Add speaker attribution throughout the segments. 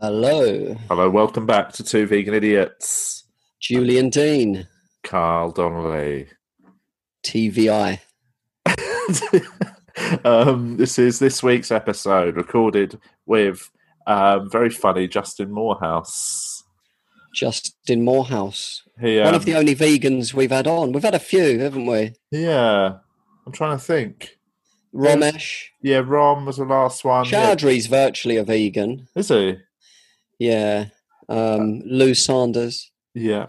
Speaker 1: Hello,
Speaker 2: Hello, welcome back to Two Vegan Idiots.
Speaker 1: Julian Dean,
Speaker 2: Carl Donnelly.
Speaker 1: TVI.
Speaker 2: um, this is this week's episode recorded with um, very funny Justin Morehouse.
Speaker 1: Justin Morehouse.
Speaker 2: He,
Speaker 1: One
Speaker 2: um,
Speaker 1: of the only vegans we've had on. We've had a few, haven't we?
Speaker 2: yeah, I'm trying to think.
Speaker 1: Romesh.
Speaker 2: Yeah, Rom was the last one. Yeah.
Speaker 1: Chowdhury's virtually a vegan.
Speaker 2: Is he?
Speaker 1: Yeah. Um, Lou Sanders.
Speaker 2: Yeah.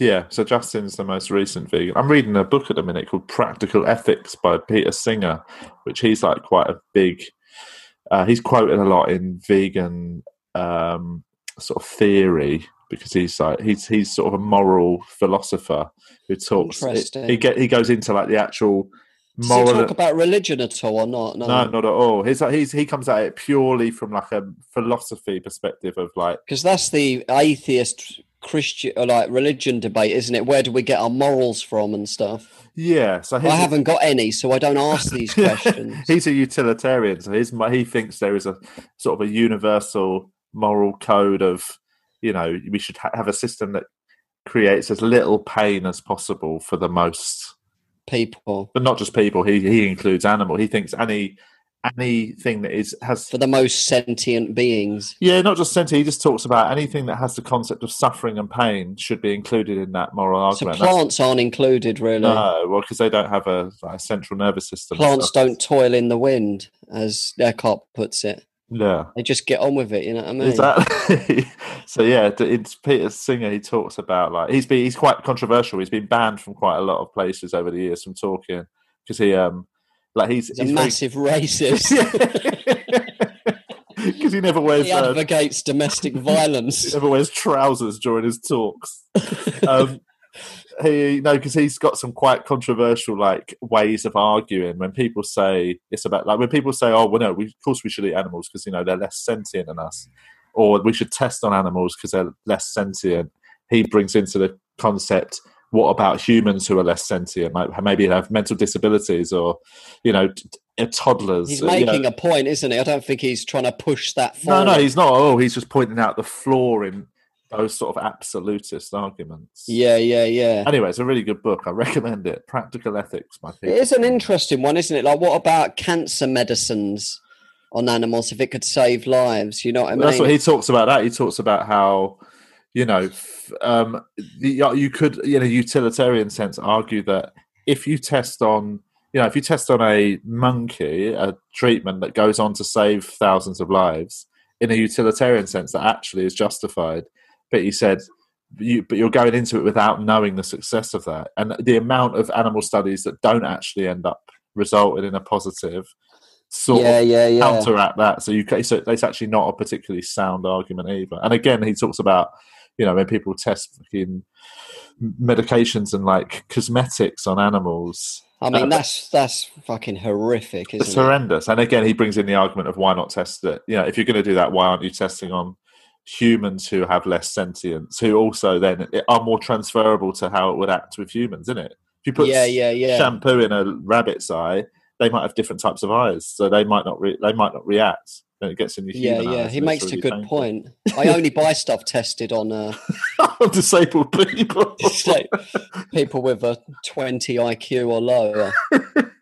Speaker 2: Yeah, so Justin's the most recent vegan. I'm reading a book at the minute called Practical Ethics by Peter Singer, which he's like quite a big. Uh, he's quoted a lot in vegan um, sort of theory because he's like he's he's sort of a moral philosopher who talks.
Speaker 1: Interesting.
Speaker 2: He get he goes into like the actual
Speaker 1: Does he
Speaker 2: moral.
Speaker 1: talk about religion at all or not?
Speaker 2: no,
Speaker 1: No.
Speaker 2: not at all. He's like he's he comes at it purely from like a philosophy perspective of like
Speaker 1: Because that's the atheist Christian, or like religion debate, isn't it? Where do we get our morals from and stuff?
Speaker 2: yeah. So his,
Speaker 1: I haven't got any, so I don't ask these questions.
Speaker 2: he's a utilitarian, so his, he thinks there is a sort of a universal moral code of, you know, we should ha- have a system that creates as little pain as possible for the most,
Speaker 1: People.
Speaker 2: but not just people. He he includes animal. He thinks any anything that is has
Speaker 1: For the most sentient beings.
Speaker 2: yeah, not just sentient. He just talks about anything that has the concept of suffering and pain should be included in that moral
Speaker 1: So
Speaker 2: argument. That's-
Speaker 1: plants aren't included, really.
Speaker 2: no, well, because they don't have a, like, a central nervous system. and
Speaker 1: Plants
Speaker 2: stuff.
Speaker 1: don't toil in the wind, as Eckhart puts it.
Speaker 2: Yeah.
Speaker 1: They just get on with it. You know what I mean?
Speaker 2: Exactly. so yeah, d- it's Peter Singer. He talks about like he's been he's quite controversial. He's been banned from quite a lot of places over the years from talking because he um like he's
Speaker 1: He's a
Speaker 2: he's very-
Speaker 1: massive racist.
Speaker 2: because he never wears
Speaker 1: he
Speaker 2: uh,
Speaker 1: advocates domestic
Speaker 2: he
Speaker 1: violence.
Speaker 2: never wears trousers during his talks. Um, he no, because he's got some quite controversial like ways of arguing. When people say it's about like when people say, "Oh, well, no, we, of course we should eat animals because you know they're less sentient than us," or we should test on animals because they're less sentient. He brings into the concept. What about humans who are less sentient? Like maybe they have mental disabilities or, you know, t- t- toddlers.
Speaker 1: He's
Speaker 2: you know.
Speaker 1: making a point, isn't he? I don't think he's trying to push that
Speaker 2: No,
Speaker 1: forward.
Speaker 2: no, he's not. Oh, he's just pointing out the flaw in those sort of absolutist arguments.
Speaker 1: yeah, yeah, yeah.
Speaker 2: Anyway, it's a really good book. I recommend it. Practical Ethics, my people.
Speaker 1: It is an interesting one, isn't it? Like, what about cancer medicines on animals if it could save lives? You know what I mean?
Speaker 2: That's what he talks about. That he talks about how you know f- um, the, you could, in a utilitarian sense, argue that if you test on you know if you test on a monkey a treatment that goes on to save thousands of lives in a utilitarian sense that actually is justified but he said you but you're going into it without knowing the success of that and the amount of animal studies that don't actually end up resulting in a positive sort of
Speaker 1: yeah, yeah, yeah.
Speaker 2: counteract that. So you ca- so it's actually not a particularly sound argument either. And again, he talks about you know when people test fucking medications and like cosmetics on animals.
Speaker 1: I mean, that's that's fucking horrific,
Speaker 2: It's
Speaker 1: isn't it?
Speaker 2: horrendous. And again, he brings in the argument of why not test it? You know, if you're going to do that, why aren't you testing on humans who have less sentience, who also then are more transferable to how it would act with humans, isn't it? If you put
Speaker 1: Yeah, yeah, yeah.
Speaker 2: shampoo in a rabbit's eye, they might have different types of eyes, so they might not re- they might not react when it gets in your
Speaker 1: Yeah,
Speaker 2: human
Speaker 1: yeah,
Speaker 2: eyes,
Speaker 1: he
Speaker 2: and it's
Speaker 1: makes a
Speaker 2: really
Speaker 1: good
Speaker 2: painful.
Speaker 1: point. I only buy stuff tested on uh,
Speaker 2: on disabled people.
Speaker 1: it's like people with a 20 IQ or lower,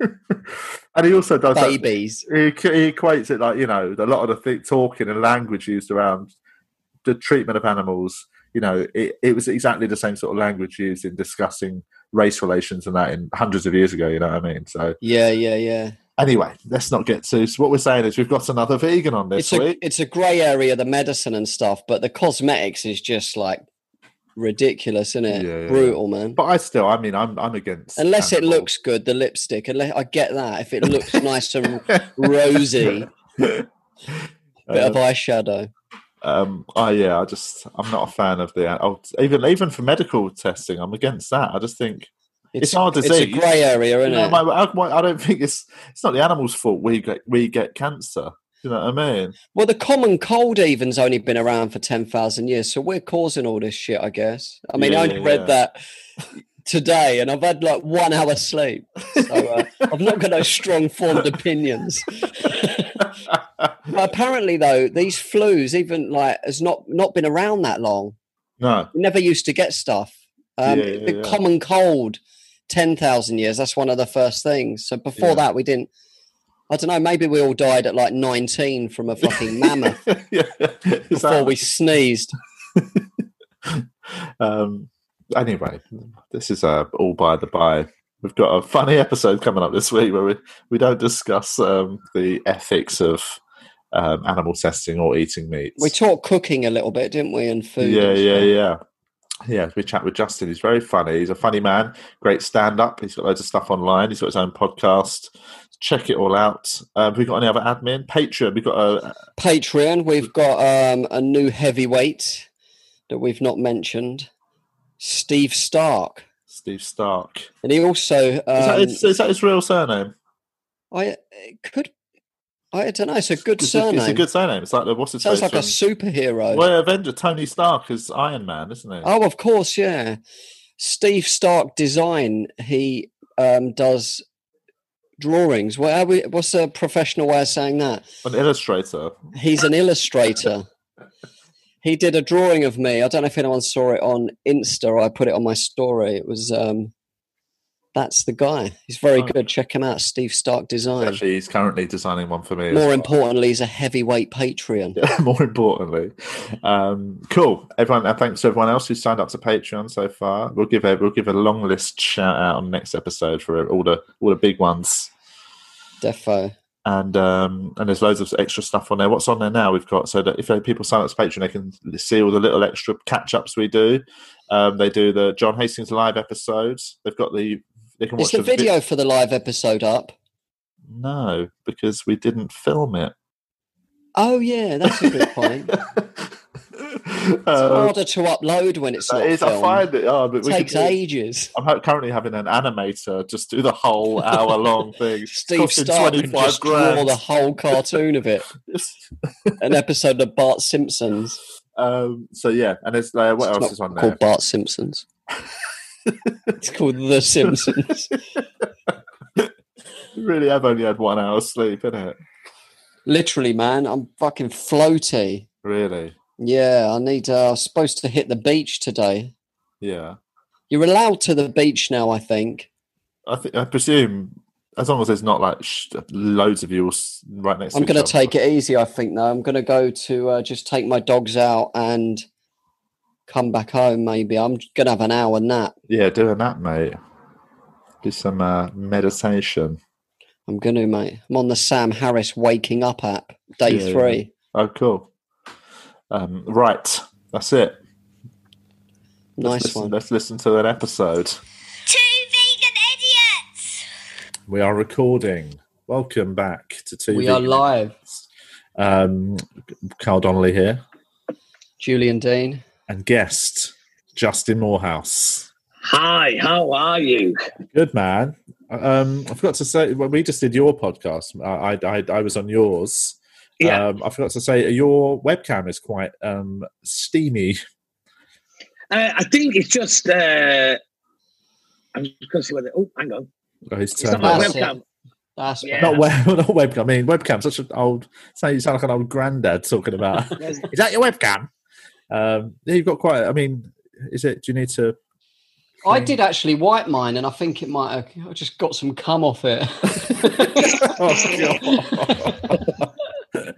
Speaker 2: and he also does that-
Speaker 1: babies.
Speaker 2: he, equ- he equates it like you know a lot of the thi- talking and language used around the treatment of animals. You know, it, it was exactly the same sort of language used in discussing race relations and that in hundreds of years ago. You know what I mean? So
Speaker 1: Yeah, yeah, yeah.
Speaker 2: anyway, let's not get too. So what we're saying is we've got another vegan on
Speaker 1: it's
Speaker 2: this
Speaker 1: a
Speaker 2: week.
Speaker 1: it's a grey area, the medicine and stuff, but the cosmetics is just like ridiculous, isn't it?
Speaker 2: Yeah, yeah.
Speaker 1: Brutal, man.
Speaker 2: But I still, I mean, I'm I'm against
Speaker 1: Unless it
Speaker 2: animals.
Speaker 1: looks good, the lipstick. Unless I get that, if it looks nice and rosy, bit
Speaker 2: Uh,
Speaker 1: of eyeshadow.
Speaker 2: um oh yeah i just i'm not a fan of the I'll, even even for medical testing i'm against that i just think it's our
Speaker 1: It's a
Speaker 2: disease.
Speaker 1: grey area,
Speaker 2: you
Speaker 1: isn't
Speaker 2: know,
Speaker 1: it?
Speaker 2: my, I, I don't think it's it's not the animal's fault we get we get cancer you know what i mean
Speaker 1: Well, the common cold even's only been around for 10,000 years, so we're causing all this shit, I guess. I mean,
Speaker 2: Yeah,
Speaker 1: I
Speaker 2: yeah,
Speaker 1: read
Speaker 2: yeah.
Speaker 1: that today, and I've had like one hour sleep. So uh, I've not got no strong formed opinions. but apparently, though, these flus even like has not not been around that long.
Speaker 2: No.
Speaker 1: We never used to get stuff. Um,
Speaker 2: Yeah, yeah,
Speaker 1: the
Speaker 2: yeah.
Speaker 1: common cold, ten thousand years. That's one of the first things. So before
Speaker 2: Yeah.
Speaker 1: that, we didn't. I don't know. Maybe we all died at like nineteen from a fucking mammoth
Speaker 2: yeah. Is
Speaker 1: before
Speaker 2: that-
Speaker 1: we sneezed.
Speaker 2: um, anyway, this is uh, all by the by. We've got a funny episode coming up this week where we, we don't discuss um, the ethics of um, animal testing or eating meat.
Speaker 1: We talked cooking a little bit, didn't we? And food.
Speaker 2: Yeah,
Speaker 1: and
Speaker 2: yeah,
Speaker 1: stuff.
Speaker 2: yeah. Yeah, we chat with Justin. He's very funny. He's a funny man, great stand up. He's got loads of stuff online. He's got his own podcast. Check it all out. Um, have we got any other admin? Patreon. We've got uh, a.
Speaker 1: Patreon. We've got um, a new heavyweight that we've not mentioned, Steve Stark,
Speaker 2: Steve Stark. Is,
Speaker 1: and he also.
Speaker 2: that
Speaker 1: Um,
Speaker 2: his, is that his real surname?
Speaker 1: I it could. I don't know. It's a good
Speaker 2: It's a,
Speaker 1: surname.
Speaker 2: it's a good surname. It's like the what's his
Speaker 1: Sounds
Speaker 2: face
Speaker 1: like a
Speaker 2: from-
Speaker 1: superhero.
Speaker 2: Well, Avenger Tony Stark is Iron Man, isn't he?
Speaker 1: Oh, of course, yeah. Steve Stark Design. He um, does drawings. What are we, what's a professional way of saying that?
Speaker 2: An illustrator.
Speaker 1: He's an illustrator. He did a drawing of me. I don't know if anyone saw it on Insta. Or I put it on my story. It was um, that's the guy. He's very
Speaker 2: Oh.
Speaker 1: good. Check him out, Steve Stark Design.
Speaker 2: Actually, he's currently designing one for me. as
Speaker 1: More
Speaker 2: well.
Speaker 1: importantly, he's a heavyweight Patreon.
Speaker 2: More importantly, um, cool. Everyone, and thanks to everyone else who signed up to Patreon so far. We'll give a we'll give a long list shout out on next episode for all the all the big ones.
Speaker 1: Defo.
Speaker 2: And um, and there's loads of extra stuff on there. What's on there now? We've got so that if uh, people sign up to Patreon, they can see all the little extra catch ups we do. Um, they do the John Hastings live episodes. They've got the they can
Speaker 1: Is
Speaker 2: watch
Speaker 1: the
Speaker 2: vi-
Speaker 1: video for the live episode up?
Speaker 2: No, because we didn't film it.
Speaker 1: Oh yeah, that's a good point. It's
Speaker 2: Uh,
Speaker 1: harder to upload when it's not
Speaker 2: that is, I
Speaker 1: filmed.
Speaker 2: find it. Oh, but
Speaker 1: It
Speaker 2: we could
Speaker 1: takes
Speaker 2: do-
Speaker 1: ages.
Speaker 2: I'm ha- currently having an animator just do the whole hour long thing. It's
Speaker 1: Steve
Speaker 2: costing
Speaker 1: Stark would just draw the whole cartoon of it. An episode of Bart Simpsons.
Speaker 2: um, so yeah, and it's uh, what
Speaker 1: It's
Speaker 2: else
Speaker 1: not
Speaker 2: is on there?
Speaker 1: Called Bart Simpsons. it's called The Simpsons.
Speaker 2: We really, I've only had one hour sleep, innit?
Speaker 1: Literally, man, I'm fucking floaty.
Speaker 2: Really?
Speaker 1: Yeah, I need. Uh, I was supposed to hit the beach today.
Speaker 2: Yeah.
Speaker 1: You're allowed to the beach now, I think.
Speaker 2: I think I presume as long as there's not like sh- loads of you all s- right next.
Speaker 1: I'm
Speaker 2: to
Speaker 1: going to take it easy, I think, though. I'm going to go to uh, just take my dogs out and come back home, maybe. I'm going to have an hour nap.
Speaker 2: Yeah, doing that, mate. Do some uh, meditation.
Speaker 1: I'm going to, mate. I'm on the Sam Harris Waking Up app, day
Speaker 2: Yeah, yeah.
Speaker 1: three.
Speaker 2: Oh, cool. Um, right, that's it.
Speaker 1: Nice
Speaker 2: Listen-
Speaker 1: one.
Speaker 2: Let's listen to an episode.
Speaker 3: Two vegan idiots!
Speaker 2: We are recording. Welcome back to Two. Vegan-
Speaker 1: live.
Speaker 2: Um, Carl Donnelly here,
Speaker 1: Julian Dean.
Speaker 2: and guest Justin Morehouse.
Speaker 4: Hi, how are you?
Speaker 2: Good man. Um, I forgot to say when we just did your podcast. I I, I, I was on yours.
Speaker 4: Yeah,
Speaker 2: Um, I forgot to say your webcam is quite um, steamy.
Speaker 4: uh, I think it's just. Uh, I'm just going to see whether. Oh, hang on.
Speaker 2: Oh, he's
Speaker 4: It's not
Speaker 2: turned
Speaker 4: my
Speaker 2: off.
Speaker 1: That's it.
Speaker 4: webcam.
Speaker 1: That's
Speaker 4: Yeah.
Speaker 2: Not web, not webcam. I mean webcam. Such an old. Sound you sound like an old granddad talking about.
Speaker 4: There's-
Speaker 2: is that your webcam? Um, yeah, you've got quite. I mean, is it? Do you need to?
Speaker 1: I did actually wipe mine, and I think it might have. I just got some cum off it.
Speaker 2: oh,
Speaker 4: I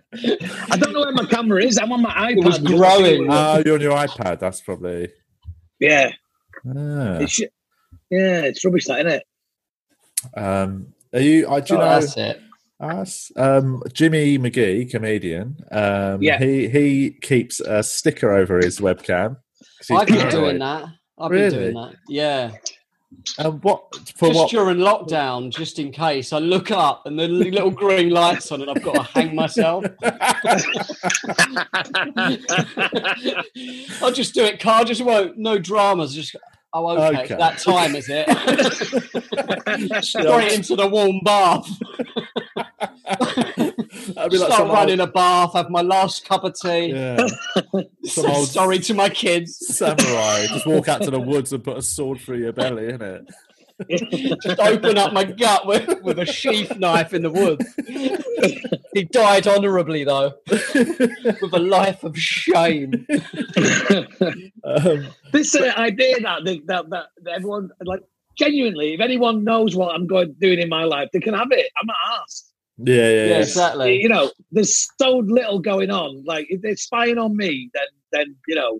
Speaker 4: don't know where my camera is. I'm on my iPad.
Speaker 1: It was growing.
Speaker 2: Oh, you're on your iPad. That's probably.
Speaker 4: Yeah,
Speaker 2: Ah.
Speaker 4: it's, yeah, it's rubbish, that isn't it?
Speaker 2: Um, are you? I do you
Speaker 1: Oh,
Speaker 2: know
Speaker 1: that's it.
Speaker 2: us? Um, Jimmy McGee, comedian. Um,
Speaker 4: Yeah.
Speaker 2: He he keeps a sticker over his webcam. 'cause he's
Speaker 1: I've been
Speaker 2: paranoid.
Speaker 1: doing that. I've been
Speaker 2: Really?
Speaker 1: doing that. Yeah.
Speaker 2: Um, what for?
Speaker 1: just
Speaker 2: what?
Speaker 1: during lockdown, just in case, I look up and the little green light's on, and I've got to hang myself. I'll just do it, Carl. Just won't. No dramas. Just oh, okay.
Speaker 2: Okay.
Speaker 1: That time is it? Straight into the warm bath.
Speaker 2: That'd be like
Speaker 1: Start
Speaker 2: some
Speaker 1: running
Speaker 2: old,
Speaker 1: a bath, have my last cup of tea.
Speaker 5: Yeah.
Speaker 1: So
Speaker 2: Some old-
Speaker 1: sorry to my kids.
Speaker 5: Samurai. Just walk out to the woods and put a sword through your belly, innit?
Speaker 1: Just open up my gut with, with a sheath knife in the woods. he died honourably though, with a life of shame.
Speaker 5: Um,
Speaker 4: this uh, idea that, they, that that that everyone like genuinely, if anyone knows what I'm going doing in my life, they can have it. I'm not asked.
Speaker 5: yeah, yeah,
Speaker 1: Yeah,
Speaker 5: yeah.
Speaker 1: exactly.
Speaker 4: You know, there's so little going on. Like if they're spying on me, then then you know,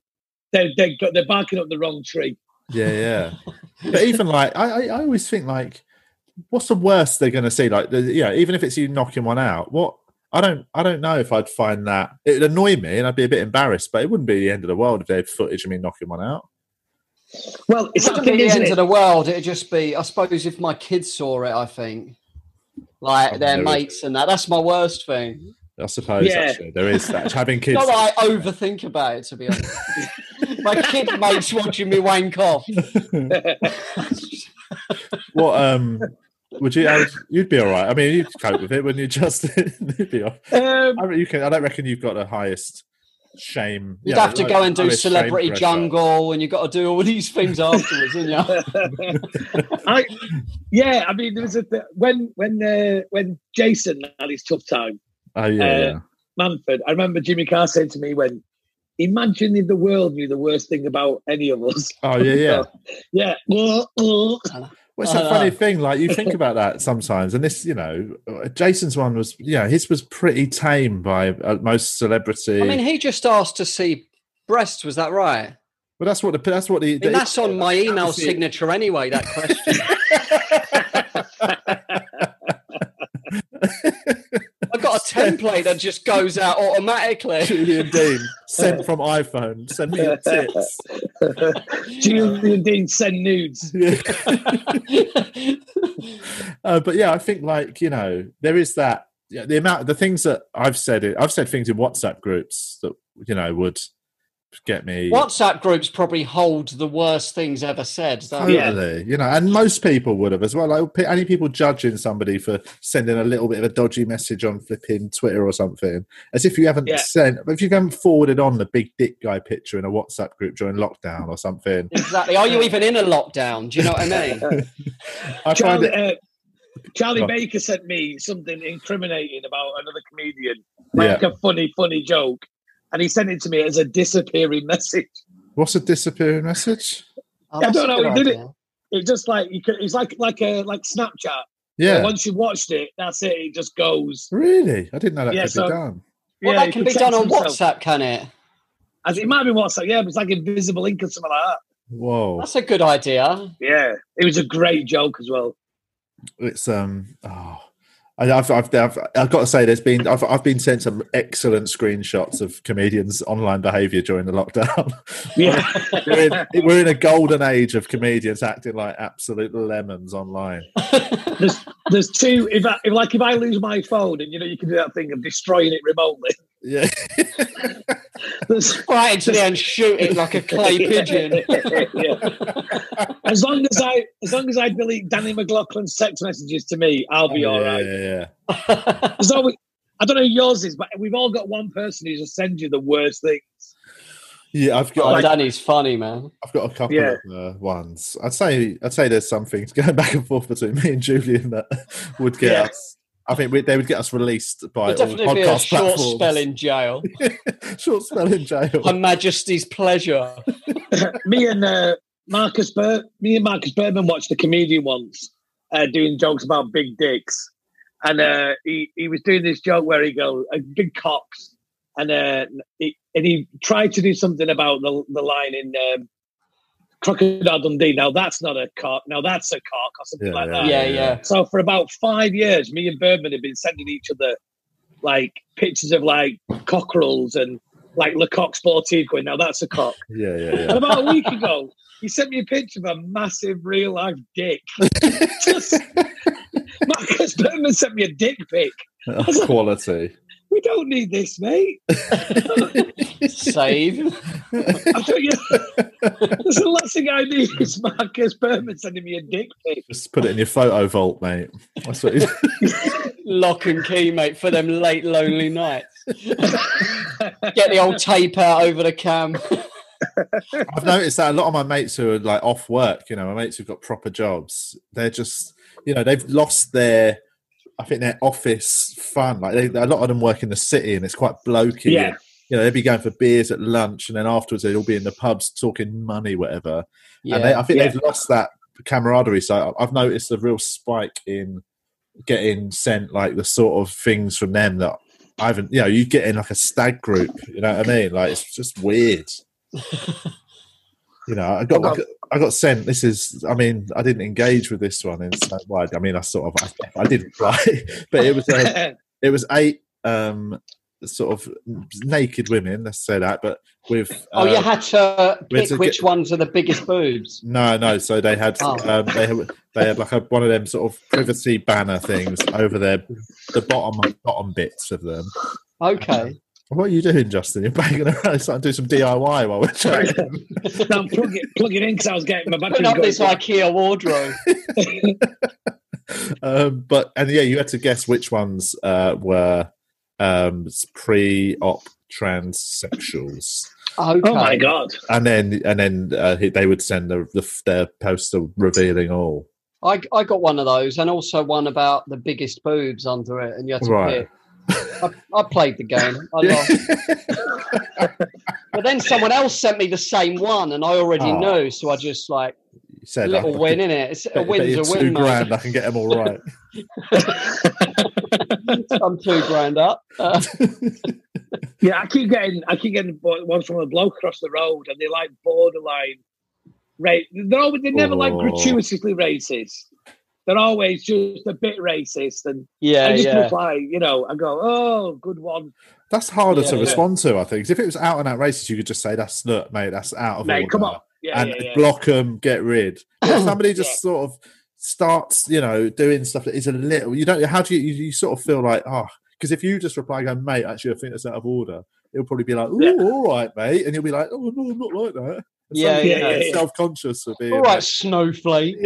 Speaker 4: they they go- they're barking up the wrong tree.
Speaker 5: Yeah, yeah.
Speaker 2: but even like I, I, I always think like what's the worst they're going to see like the, yeah even if it's you knocking one out what i don't i don't know if i'd find that it'd annoy me and i'd be a bit embarrassed but it wouldn't be the end of the world if they had footage of me knocking one out
Speaker 4: Well, it's
Speaker 1: It's
Speaker 4: that
Speaker 1: not the
Speaker 4: thing,
Speaker 1: end
Speaker 4: isn't
Speaker 1: of
Speaker 4: it?
Speaker 1: the world. It'd just be, I suppose, if my kids saw it. I think, like
Speaker 2: Oh,
Speaker 1: their
Speaker 2: no.
Speaker 1: mates and that. That's my worst thing.
Speaker 2: i suppose
Speaker 4: Yeah.
Speaker 2: actually there is that having kids
Speaker 1: Not that I overthink about it, to be honest. my kid mates watching me wank off.
Speaker 2: what um would you I'd- you'd be all right i mean you'd cope with it wouldn't you justin you'd be all,
Speaker 4: Um,
Speaker 2: I, re- you can, I don't reckon you've got the highest shame
Speaker 1: You'd
Speaker 2: yeah,
Speaker 1: have to
Speaker 2: low-
Speaker 1: go and do
Speaker 2: lowest shame
Speaker 1: Celebrity
Speaker 2: threshold.
Speaker 1: Jungle, and you've got to do all these things afterwards, didn't you?
Speaker 4: Um, I, yeah, I mean, there was a th- when when uh, when Jason had his tough time,
Speaker 2: oh yeah,
Speaker 4: Uh,
Speaker 2: yeah.
Speaker 4: Manford. I remember Jimmy Carr saying to me when, "Imagine if the world knew the worst thing about any of us."
Speaker 2: oh yeah yeah
Speaker 4: Yeah, Uh, uh.
Speaker 2: Well, it's a
Speaker 1: I
Speaker 2: funny
Speaker 1: know.
Speaker 2: thing. Like you think about that sometimes, and this, you know, uh, Jason's one was, you know, his was pretty tame by uh, most celebrity.
Speaker 1: I mean, he just asked to see breasts. Was that right?
Speaker 2: but that's what the that's what the,
Speaker 1: I mean, that's on my email
Speaker 2: obviously-
Speaker 1: signature anyway. That question. I got a template that just goes out automatically.
Speaker 2: Julian Dean sent from iPhone. Send me your tits. Uh,
Speaker 4: Julian Dean send nudes.
Speaker 2: Yeah. uh, but yeah, I think like you know there is that yeah, the amount the things that I've said I've said things in WhatsApp groups that you know would get me
Speaker 1: WhatsApp groups probably hold the worst things ever said. don't they?
Speaker 2: Totally, you know, and most people would have as well. Like pe- any people judging somebody for sending a little bit of a dodgy message on flipping Twitter or something, as if you haven't
Speaker 4: Yeah.
Speaker 2: sent, if you haven't forwarded on the big dick guy picture in a WhatsApp group during lockdown or something.
Speaker 1: Exactly. Are you even in a lockdown? Do you know what I mean?
Speaker 2: I find
Speaker 4: Charlie,
Speaker 2: it,
Speaker 4: uh, Charlie
Speaker 2: Go on.
Speaker 4: Baker sent me something incriminating about another comedian,
Speaker 2: yeah.
Speaker 4: like a funny, funny joke, and he sent it to me as a disappearing message.
Speaker 2: What's a disappearing message?
Speaker 1: Oh,
Speaker 4: I
Speaker 1: that's a
Speaker 4: don't know,
Speaker 1: good
Speaker 4: we did
Speaker 1: idea.
Speaker 4: It just like you could, it's like like a like Snapchat.
Speaker 2: Yeah,
Speaker 4: Once you watched it, that's it. It just goes.
Speaker 2: really? I didn't know that
Speaker 4: Yeah,
Speaker 2: could
Speaker 4: so-
Speaker 2: be done.
Speaker 1: Well,
Speaker 4: you
Speaker 1: that can be
Speaker 4: text
Speaker 1: done on
Speaker 4: yourself.
Speaker 1: WhatsApp, can it?
Speaker 4: As it might be WhatsApp, yeah, but it's like invisible ink or something like that.
Speaker 2: Whoa,
Speaker 1: That's a good idea.
Speaker 4: Yeah, it was a great joke as well.
Speaker 2: it's um. Oh. I- I've, I've, I've, I've got to say, there's been I've, I've been sent some excellent screenshots of comedians' online behaviour during the lockdown.
Speaker 4: Yeah,
Speaker 2: we're, in, we're in a golden age of comedians acting like absolute lemons online.
Speaker 4: there's two. If, I, if like if I lose my phone, and you know you can do that thing of destroying it remotely.
Speaker 2: Yeah,
Speaker 4: There's,
Speaker 1: Right into the end, shoot it like a clay pigeon.
Speaker 4: Yeah. As long as I as long as I delete Danny McLaughlin's text messages to me, I'll be
Speaker 2: Oh, yeah,
Speaker 4: all right.
Speaker 2: yeah, yeah.
Speaker 4: There's always- I don't know who yours is, but we've all got one person who just sends you the worst thing.
Speaker 2: Yeah, I've got
Speaker 1: Oh,
Speaker 2: like,
Speaker 1: Danny's funny, man.
Speaker 2: I've got a couple
Speaker 4: Yeah.
Speaker 2: of uh, ones. I'd say I'd say there's some things going back and forth between me and Julian that would get
Speaker 4: Yeah.
Speaker 2: us. I think we, they would get us released by
Speaker 1: It'd
Speaker 2: all
Speaker 1: definitely be a
Speaker 2: podcast
Speaker 1: short
Speaker 2: platforms.
Speaker 1: spell in jail.
Speaker 2: short spell in jail.
Speaker 1: Her Majesty's pleasure.
Speaker 4: me and uh, Marcus Bur- me and Marcus Berman watched a comedian once uh, doing jokes about big dicks, and uh, he he was doing this joke where he go uh, big cocks, and uh, he, and he tried to do something about the the line in um, Crocodile Dundee. Now that's not a cock. Now that's a cock or something
Speaker 2: Yeah,
Speaker 4: like
Speaker 2: yeah,
Speaker 4: that.
Speaker 1: yeah, yeah.
Speaker 4: So for about five years, me and Birdman have been sending each other like pictures of like cockerels and like Lecoq Sportive going, now that's a cock.
Speaker 2: yeah, yeah,
Speaker 4: And
Speaker 2: yeah.
Speaker 4: about a week ago, he sent me a picture of a massive real life dick. Just, Marcus Berman sent me a dick pic.
Speaker 2: Oh, Quality.
Speaker 4: We don't need this, mate.
Speaker 1: Save.
Speaker 4: I thought you, the last thing I need is Marcus Berman sending me a dick pic.
Speaker 2: Just put it in your photo vault, mate. That's what it-
Speaker 6: Lock and key, mate, for them late, lonely nights. Get the old tape out over the cam.
Speaker 2: I've noticed that a lot of my mates who are like off work, you know, my mates who've got proper jobs, they're just, you know, they've lost their, I think their office fun. Like they, a lot of them work in the city, and it's quite blokey.
Speaker 4: Yeah.
Speaker 2: You know, they'd be going for beers at lunch, and then afterwards they'd all be in the pubs talking money, whatever.
Speaker 6: Yeah.
Speaker 2: and they, I think
Speaker 4: Yeah.
Speaker 2: they've lost that camaraderie. So I- I've noticed a real spike in getting sent like the sort of things from them that I haven't. You know, you get in like a stag group. You know what I mean? Like it's just weird. you know, I got, I got I got sent. This is. I mean, I didn't engage with this one in so wide. I mean, I sort of I, I did reply, but it was a, it was eight um sort of naked women. Let's say that, but with
Speaker 6: oh, you
Speaker 2: uh,
Speaker 6: had to
Speaker 2: we
Speaker 6: pick
Speaker 2: had to
Speaker 6: which
Speaker 2: get-
Speaker 6: ones are the biggest boobs.
Speaker 2: No, no. So they had
Speaker 6: Oh.
Speaker 2: um, they had they had like a, one of them sort of privacy banner things over their the bottom bottom bits of them.
Speaker 6: Okay.
Speaker 2: What are you doing, Justin? You're banging around. It's like do some DIY while we're chatting.
Speaker 4: now plug it, plug it in because I was getting my battery.
Speaker 6: Putting up this IKEA wardrobe.
Speaker 2: um, but and yeah, you had to guess which ones uh, were um, pre-op transsexuals.
Speaker 6: Okay.
Speaker 4: oh my god!
Speaker 2: And then, and then uh, he- they would send the, the, their poster revealing all.
Speaker 6: I, I got one of those and also one about the biggest boobs under it, and you had to
Speaker 2: Right.
Speaker 6: pick. I, I played the game. I lost. but then someone else sent me the same one, and I already
Speaker 2: Oh.
Speaker 6: knew, so I just like
Speaker 2: You said,
Speaker 6: little
Speaker 2: "I-
Speaker 6: win in it. It's, a
Speaker 2: bet- bet
Speaker 6: win's
Speaker 2: you
Speaker 6: a win,
Speaker 2: two grand,
Speaker 6: mate.
Speaker 2: I can get them all right.
Speaker 6: I'm two grand up. Uh,
Speaker 4: Yeah, I keep getting I keep getting bo- ones from a bloke across the road, and they're like borderline. Right, they're always they're never like
Speaker 2: Oh.
Speaker 4: gratuitously racist. They're always just a bit racist, and
Speaker 6: yeah,
Speaker 4: I just
Speaker 6: yeah.
Speaker 4: reply, you know, I go, oh, good one,
Speaker 2: That's harder
Speaker 6: Yeah,
Speaker 2: to
Speaker 6: yeah.
Speaker 2: respond to, I think. 'Cause If it was out and out racist, you could just say, "That's look, mate, that's out of
Speaker 4: mate.
Speaker 2: order,"
Speaker 4: Come on, yeah,
Speaker 2: and block 'em,
Speaker 4: yeah, yeah.
Speaker 2: block them, get rid. But if somebody just sort of starts, you know, doing stuff that is a little. You don't. How do you? You, you sort of feel like, oh, because if you just reply, "Go, mate," actually, I think that's out of order. It'll probably be like, "Oh,
Speaker 4: Yeah.
Speaker 2: all right, mate," and you'll be like, "Oh, no, I'm not like that." And
Speaker 6: Yeah,
Speaker 2: suddenly
Speaker 4: yeah,
Speaker 2: you get
Speaker 4: yeah.
Speaker 2: Self-conscious of being
Speaker 6: All right, snowflake.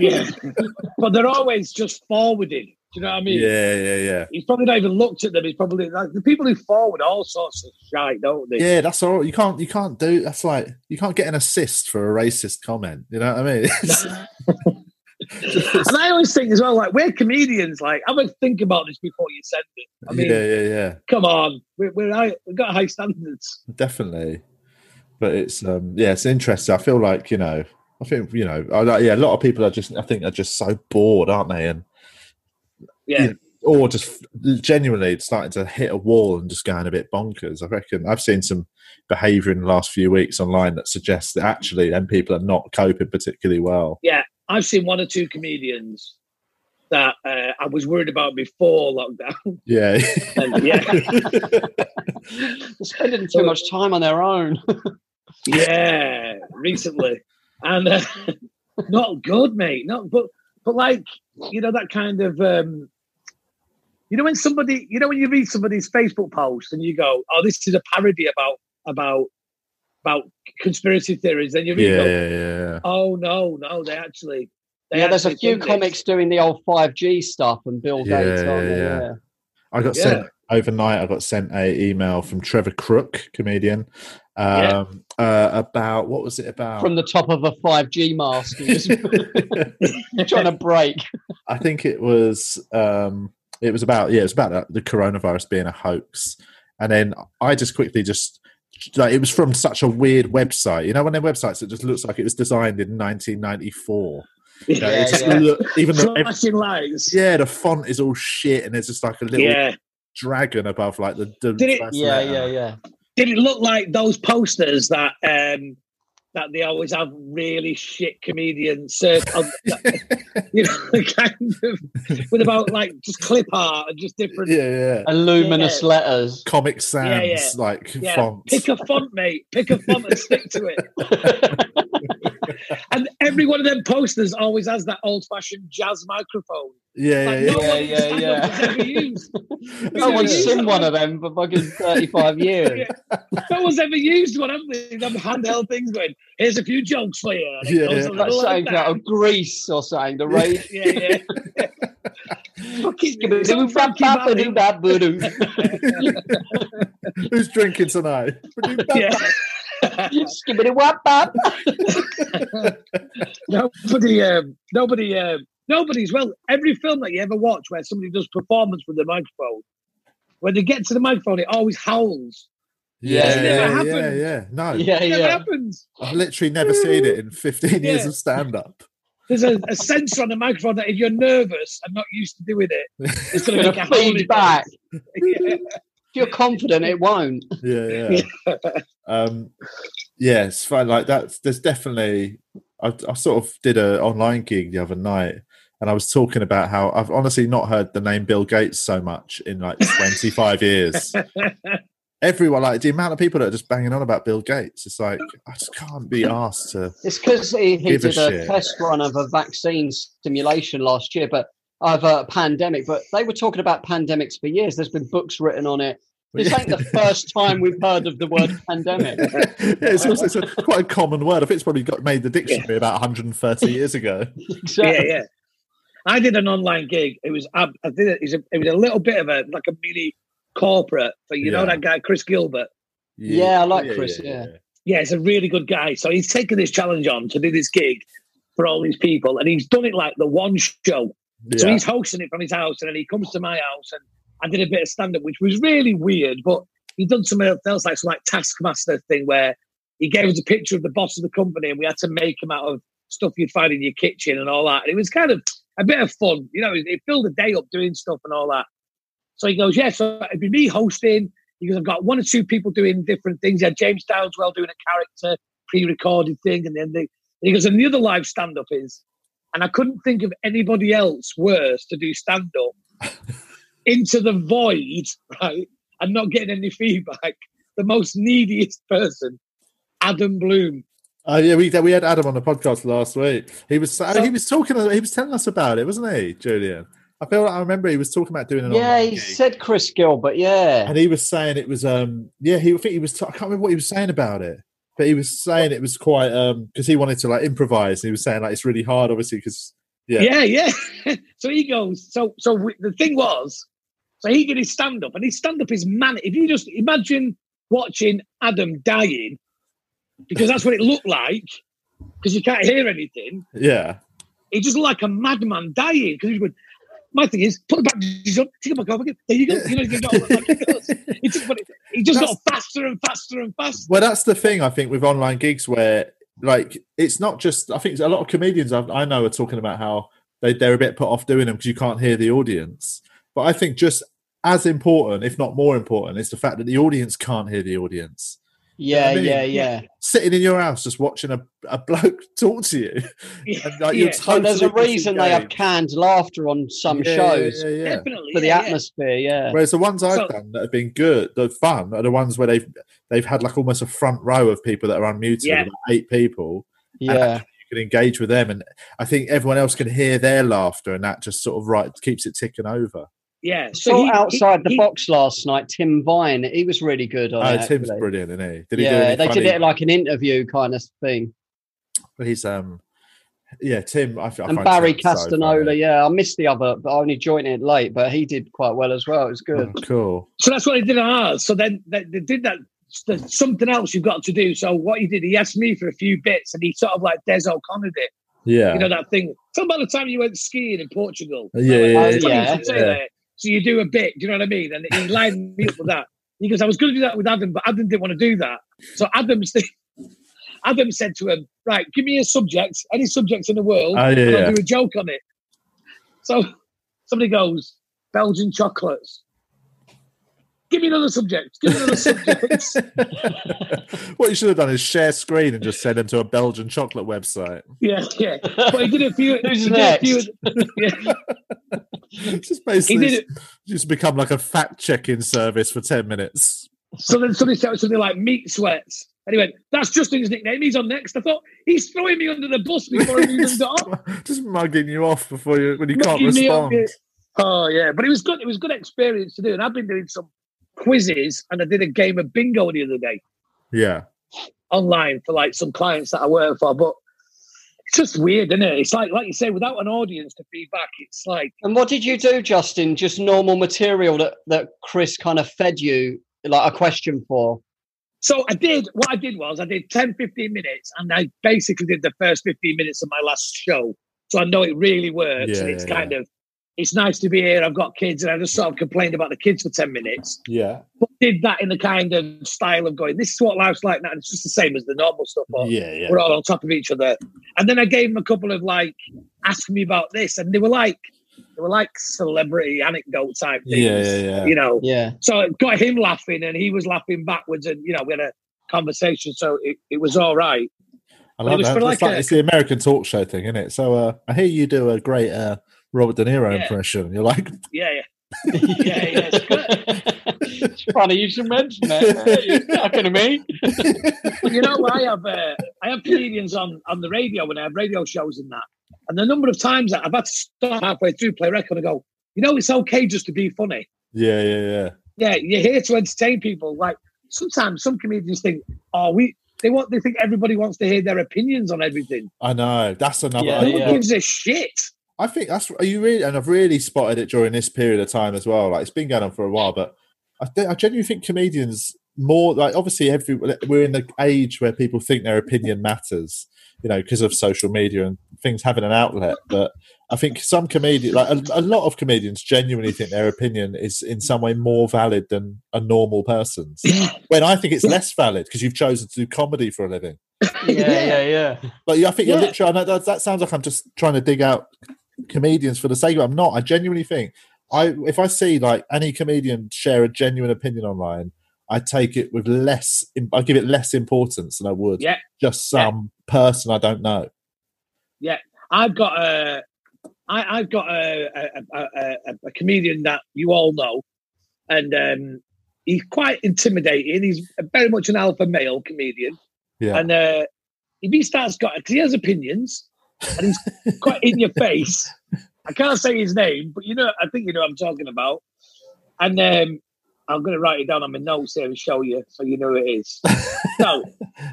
Speaker 4: yeah. But they're always just forwarding. Do you know what I
Speaker 2: like,
Speaker 4: mean?
Speaker 2: yeah, yeah, yeah.
Speaker 4: He's probably not even looked at them. He's probably like the people who forward all sorts of shite, don't they?
Speaker 2: Yeah, that's all. You can't. You can't do. That's like you can't get an assist for a racist comment. You know what I mean?
Speaker 4: And I always think as well, like we're comedians. Like I would think about this before you send it. I mean,
Speaker 2: yeah, yeah, yeah.
Speaker 4: come on, we're, we're high, we've got high standards.
Speaker 2: definitely but it's um yeah it's interesting i feel like you know i think you know I, like, yeah a lot of people are just i think are just so bored aren't they and
Speaker 4: Yeah,
Speaker 2: Yeah. or just genuinely starting to hit a wall and just going a bit bonkers i reckon i've seen some behavior in the last few weeks online that suggests that actually then people are not coping particularly well
Speaker 4: I've seen one or two comedians that uh, I was worried about before lockdown.
Speaker 2: yeah
Speaker 4: And yeah,
Speaker 6: They're spending too much time on their own.
Speaker 4: yeah, recently, and uh, not good, mate. Not but but like you know that kind of um, you know when somebody you know when you read somebody's Facebook post and you go, oh, this is a parody about about about conspiracy theories, then you read,
Speaker 2: yeah
Speaker 4: go,
Speaker 2: yeah yeah
Speaker 4: oh no, no, they actually. They
Speaker 6: Yeah, there's a
Speaker 4: actually
Speaker 6: few
Speaker 4: think this."
Speaker 6: comics doing the old 5G stuff and Bill
Speaker 2: Yeah,
Speaker 6: Gates on
Speaker 2: yeah,
Speaker 6: there.
Speaker 2: yeah.
Speaker 6: yeah.
Speaker 2: I got
Speaker 4: Yeah.
Speaker 2: sent overnight. I got sent a email from Trevor Crook, comedian, um, uh, about what was it about?
Speaker 6: From the top of a 5G mast, he was trying to break.
Speaker 2: I think it was um, it was about yeah, it was about that, the coronavirus being a hoax, and then I just quickly just like it was from such a weird website. You know, one of them websites that just looks like it was designed in 1994. You know,
Speaker 6: Yeah,
Speaker 2: it just
Speaker 6: yeah.
Speaker 2: look- even though ev-
Speaker 4: flashing lights.
Speaker 2: yeah, the font is all shit, and there's just like a little
Speaker 4: Yeah.
Speaker 2: dragon above like the, the
Speaker 4: Did it-
Speaker 2: first
Speaker 6: Yeah,
Speaker 2: letter.
Speaker 6: yeah, yeah.
Speaker 4: Did it look like those posters that um that they always have really shit comedians uh, on, you know, the kind of with about like just clip art and just different
Speaker 2: yeah, yeah.
Speaker 6: And luminous letters.
Speaker 2: Comic
Speaker 4: Uh, Yeah,
Speaker 2: Sans
Speaker 4: yeah.
Speaker 2: like
Speaker 4: Yeah,
Speaker 2: font.
Speaker 4: pick a font, mate. Pick a font and stick to it. and every one of them posters always has that old-fashioned jazz microphone.
Speaker 2: Yeah,
Speaker 4: Like,
Speaker 2: yeah,
Speaker 4: no
Speaker 2: yeah.
Speaker 4: one
Speaker 1: yeah, yeah.
Speaker 4: in Stanhope's has ever used.
Speaker 1: No one's
Speaker 4: Yeah.
Speaker 1: seen one of them for fucking 35 years.
Speaker 4: No one's ever used one, have they? Them handheld things going, here's a few jokes for you. And it
Speaker 2: Yeah,
Speaker 4: goes
Speaker 2: yeah.
Speaker 4: a
Speaker 1: That's
Speaker 4: little like
Speaker 1: something
Speaker 4: that.
Speaker 1: out of Greece or something. The raid.
Speaker 4: Yeah, yeah. It's all Frankie Valli.
Speaker 1: Skibidi-bap-bap-ba-doo-bap-ba-doo.
Speaker 2: Who's drinking tonight?
Speaker 4: Yeah.
Speaker 1: Skibidi-wap-bap.
Speaker 4: nobody, um, nobody, um, nobody's well. Every film that you ever watch where somebody does performance with the microphone, when they get to the microphone, it always howls.
Speaker 1: Yeah,
Speaker 2: yeah,
Speaker 1: it
Speaker 4: never
Speaker 2: yeah, yeah,
Speaker 4: happened.
Speaker 2: yeah. No,
Speaker 1: Yeah,
Speaker 4: It never
Speaker 1: yeah.
Speaker 4: happens.
Speaker 2: I've literally never seen it in 15 years
Speaker 4: Yeah.
Speaker 2: of stand up.
Speaker 4: There's a, a sensor on the microphone that if you're nervous and not used to doing it, it's going to
Speaker 1: Gonna
Speaker 4: make a
Speaker 1: feed
Speaker 4: howl in
Speaker 1: back.
Speaker 4: it.
Speaker 1: If you're confident, it won't.
Speaker 2: Yeah, yeah. um, yeah, it's fun. Like that's there's definitely. I, I sort of did a online gig the other night, and I was talking about how I've honestly not heard the name Bill Gates so much in like 25 years. Everyone, like the amount of people that are just banging on about Bill Gates, it's like I just can't be asked to.
Speaker 1: It's because he, he
Speaker 2: Give a
Speaker 1: did a
Speaker 2: shit.
Speaker 1: test run of a vaccine simulation last year, but of a pandemic. But they were talking about pandemics for years. There's been books written on it. This ain't the first time we've heard of the word pandemic.
Speaker 2: yeah, it's, also, it's a, quite a common word. I think it's probably got made the dictionary about 130 years ago.
Speaker 4: yeah,
Speaker 1: Exactly.
Speaker 4: yeah. I did an online gig. It was ab- I did it. It was a, it was a little bit of a like a mini corporate for you know
Speaker 2: Yeah.
Speaker 4: that guy Chris Gilbert.
Speaker 1: Yeah, I like Chris, yeah.
Speaker 4: Yeah, he's a really good guy. So he's taken this challenge on to do this gig for all these people, and he's done it like the one show.
Speaker 2: Yeah.
Speaker 4: So he's hosting it from his house, and then he comes to my house, and I did a bit of stand up, which was really weird. But he done something else, like some like Taskmaster thing, where he gave us a picture of the boss of the company, and we had to make him out of stuff you'd find in your kitchen and all that. And it was kind of a bit of fun, you know. It, it filled the day up doing stuff and all that. So he goes, "Yeah, so it'd be me hosting." He goes, "I've got one or two people doing different things. Yeah, James Downswell doing a character pre-recorded thing, and then the, he goes, and the other live stand-up is." and I couldn't think of anybody else worse to do stand up into the void, right? And not getting any feedback. The most neediest person, Adam Bloom.
Speaker 2: Oh yeah, we we had Adam on the podcast last week. He was oh, he was talking. He was telling us about it, wasn't he, Julian? I feel like I remember he was talking about doing an
Speaker 1: Yeah,
Speaker 2: online
Speaker 1: he
Speaker 2: gig.
Speaker 1: said Chris Gilbert. Yeah.
Speaker 2: and he was saying it was um yeah he I think he was t- I can't remember what he was saying about it, but he was saying it was quite um because he wanted to like improvise. And he was saying like it's really hard, obviously, because yeah
Speaker 4: Yeah, yeah. so he goes. So, so we, the thing was, so he did his stand up, and his stand up is manic. If you just imagine watching Adam dying, because that's what it looked like, because you can't hear anything.
Speaker 2: yeah
Speaker 4: He just looked like a madman dying because he went. My thing is, put the bandages on, take them back off again. There you go. You know, you got like he does. He just, but he just got faster and faster and faster.
Speaker 2: Well, that's the thing I think with online gigs where like it's not just I think a lot of comedians I've, I know are talking about how they they're a bit put off doing them because you can't hear the audience. But I think just as important, if not more important, is the fact that the audience can't hear the audience.
Speaker 1: Yeah,
Speaker 2: I mean,
Speaker 1: yeah, yeah.
Speaker 2: Sitting in your house just watching a, a bloke talk to you. And, like, you're
Speaker 4: Yeah,
Speaker 1: And there's a
Speaker 2: totally
Speaker 1: reason they have
Speaker 2: disengaged.
Speaker 1: canned laughter on some
Speaker 2: Yeah, yeah,
Speaker 1: shows
Speaker 2: yeah, yeah.
Speaker 4: Definitely.
Speaker 1: for the
Speaker 4: yeah, yeah.
Speaker 1: atmosphere. Yeah.
Speaker 2: Whereas the ones I've
Speaker 4: So-
Speaker 2: done that have been good, the fun, are the ones where they've they've had like almost a front row of people that are unmuted,
Speaker 4: Yeah.
Speaker 2: about eight people,
Speaker 1: Yeah.
Speaker 2: can engage with them and i think everyone else can hear their laughter and that just sort of right keeps it ticking over
Speaker 4: Yeah.
Speaker 1: So
Speaker 4: he- he-
Speaker 1: outside the
Speaker 4: he-
Speaker 1: box last night, Tim Vine, he was really good on
Speaker 2: oh
Speaker 1: it.
Speaker 2: tim's
Speaker 1: actually.
Speaker 2: brilliant isn't he did he do
Speaker 1: yeah,
Speaker 2: any
Speaker 1: they
Speaker 2: funny-
Speaker 1: did it like an interview kind of thing.
Speaker 2: he's um yeah tim i, I
Speaker 1: and
Speaker 2: find
Speaker 1: Barry
Speaker 2: Tim so
Speaker 1: Castanola,
Speaker 2: funny.
Speaker 1: yeah, I missed the other, but I only joined it late, but he did quite well as well. It was good.
Speaker 2: Oh, cool
Speaker 4: So that's what he did on ours. So then they, they did that. There's something else you've got to do. So what he did, he asked me for a few bits, and he sort of like Des O'Connor did.
Speaker 2: yeah
Speaker 4: You know that thing. Tell about the time you went skiing in Portugal.
Speaker 2: yeah yeah,
Speaker 1: Oh,
Speaker 2: yeah,
Speaker 4: Funny you
Speaker 1: yeah.
Speaker 4: should say that. So you do a bit, do you know what I mean? And he lined me up with that. He goes, I was going to do that with Adam, but Adam didn't want to do that. So Adam, said- Adam said to him, Right, give me a subject, any subject in the world,
Speaker 2: Oh, yeah,
Speaker 4: and I'll
Speaker 2: yeah.
Speaker 4: do a joke on it. So somebody goes, Belgian chocolates. Give me another subject. Give me another subject.
Speaker 2: what you should have done is share screen and just send them to a belgian chocolate website
Speaker 4: yeah, yeah.
Speaker 2: Hmm.
Speaker 4: But he did a few.
Speaker 1: Who's
Speaker 4: he did a few-
Speaker 1: next?
Speaker 4: yeah.
Speaker 2: just basically
Speaker 4: He did
Speaker 2: just become like a fact checking service for 10 minutes
Speaker 4: So then somebody said something like meat sweats. And he went, that's Justin's nickname. He's on next. I thought, he's throwing me under the bus before I've even got on.
Speaker 2: just mugging you off before you when you can't
Speaker 4: Mugging me
Speaker 2: respond.
Speaker 4: up, yeah. Oh, yeah. But it was good. It was a good experience to do. And I've been doing some quizzes and I did a game of bingo the other day
Speaker 2: Yeah,
Speaker 4: online for like some clients that I work for. But it's just weird, isn't it? It's like, like you say, without an audience to feedback, it's like,
Speaker 1: And what did you do, Justin? Just normal material that, that Chris kind of fed you, like a question for.
Speaker 4: So I did what I did was I did 10, 15 minutes, and I basically did the first 15 minutes of my last show. So I know it really works.
Speaker 2: Yeah,
Speaker 4: and it's
Speaker 2: yeah,
Speaker 4: kind of it's nice to be here. I've got kids, and I just sort of complained about the kids for 10 minutes.
Speaker 2: yeah,
Speaker 4: But did that in the kind of style of going, this is what life's like now. and It's just the same as the normal stuff. Or
Speaker 2: yeah, yeah.
Speaker 4: We're all on top of each other. And then I gave them a couple of like, ask me about this, and they were like, they were like celebrity anecdote type things.
Speaker 2: Yeah, yeah, yeah.
Speaker 4: You know,
Speaker 1: Yeah.
Speaker 4: so it got him laughing and he was laughing backwards and you know we had a conversation so it, it was all right
Speaker 2: I
Speaker 4: It
Speaker 2: love
Speaker 4: was
Speaker 2: that.
Speaker 4: for
Speaker 2: It's,
Speaker 4: like
Speaker 2: like-
Speaker 4: a-
Speaker 2: it's the American talk show thing, isn't it? So uh, I hear you do a great uh, Robert De Niro
Speaker 4: Yeah.
Speaker 2: impression. You're like,
Speaker 4: yeah yeah yeah, it's
Speaker 1: it's funny you should mention that. You're talking to me.
Speaker 4: But you know i have uh, i have comedians on on the radio and i have radio shows and that and the number of times that i've had to stop halfway through play record and go you know it's okay just to be funny
Speaker 2: yeah, yeah, yeah.
Speaker 4: yeah you're here to entertain people like sometimes some comedians think oh we they want they think everybody wants to hear their opinions on everything
Speaker 2: I know. That's another.
Speaker 1: Yeah,
Speaker 2: I-
Speaker 4: no one
Speaker 1: yeah.
Speaker 4: gives a shit
Speaker 2: I think that's are you really, and I've really spotted it during this period of time as well. Like it's been going on for a while, but I, th- I genuinely think comedians more like obviously every we're in the age where people think their opinion matters, you know, because of social media and things having an outlet. But I think some comedians, like a, a lot of comedians, genuinely think their opinion is in some way more valid than a normal person's. when I think it's less valid because you've chosen to do comedy for a living.
Speaker 1: Yeah, yeah, yeah.
Speaker 2: Like I think you're
Speaker 4: Yeah.
Speaker 2: literally. I know that, that sounds like I'm just trying to dig out comedians for the sake of. it. I'm not. I genuinely think I if I see like any comedian share a genuine opinion online, I take it with less. im- I give it less importance than I would
Speaker 4: Yeah.
Speaker 2: just
Speaker 4: Yeah.
Speaker 2: some person I don't know.
Speaker 4: I've got a, I, I've got a, a, a, a, a comedian that you all know, and um, he's quite intimidating. He's very much an alpha male comedian,
Speaker 2: Yeah.
Speaker 4: and uh, if he starts got, cause he has opinions, and he's quite in your face. I can't say his name, but you know, I think you know what I'm talking about. And um, I'm going to write it down on my notes here and show you, so you know who it is. so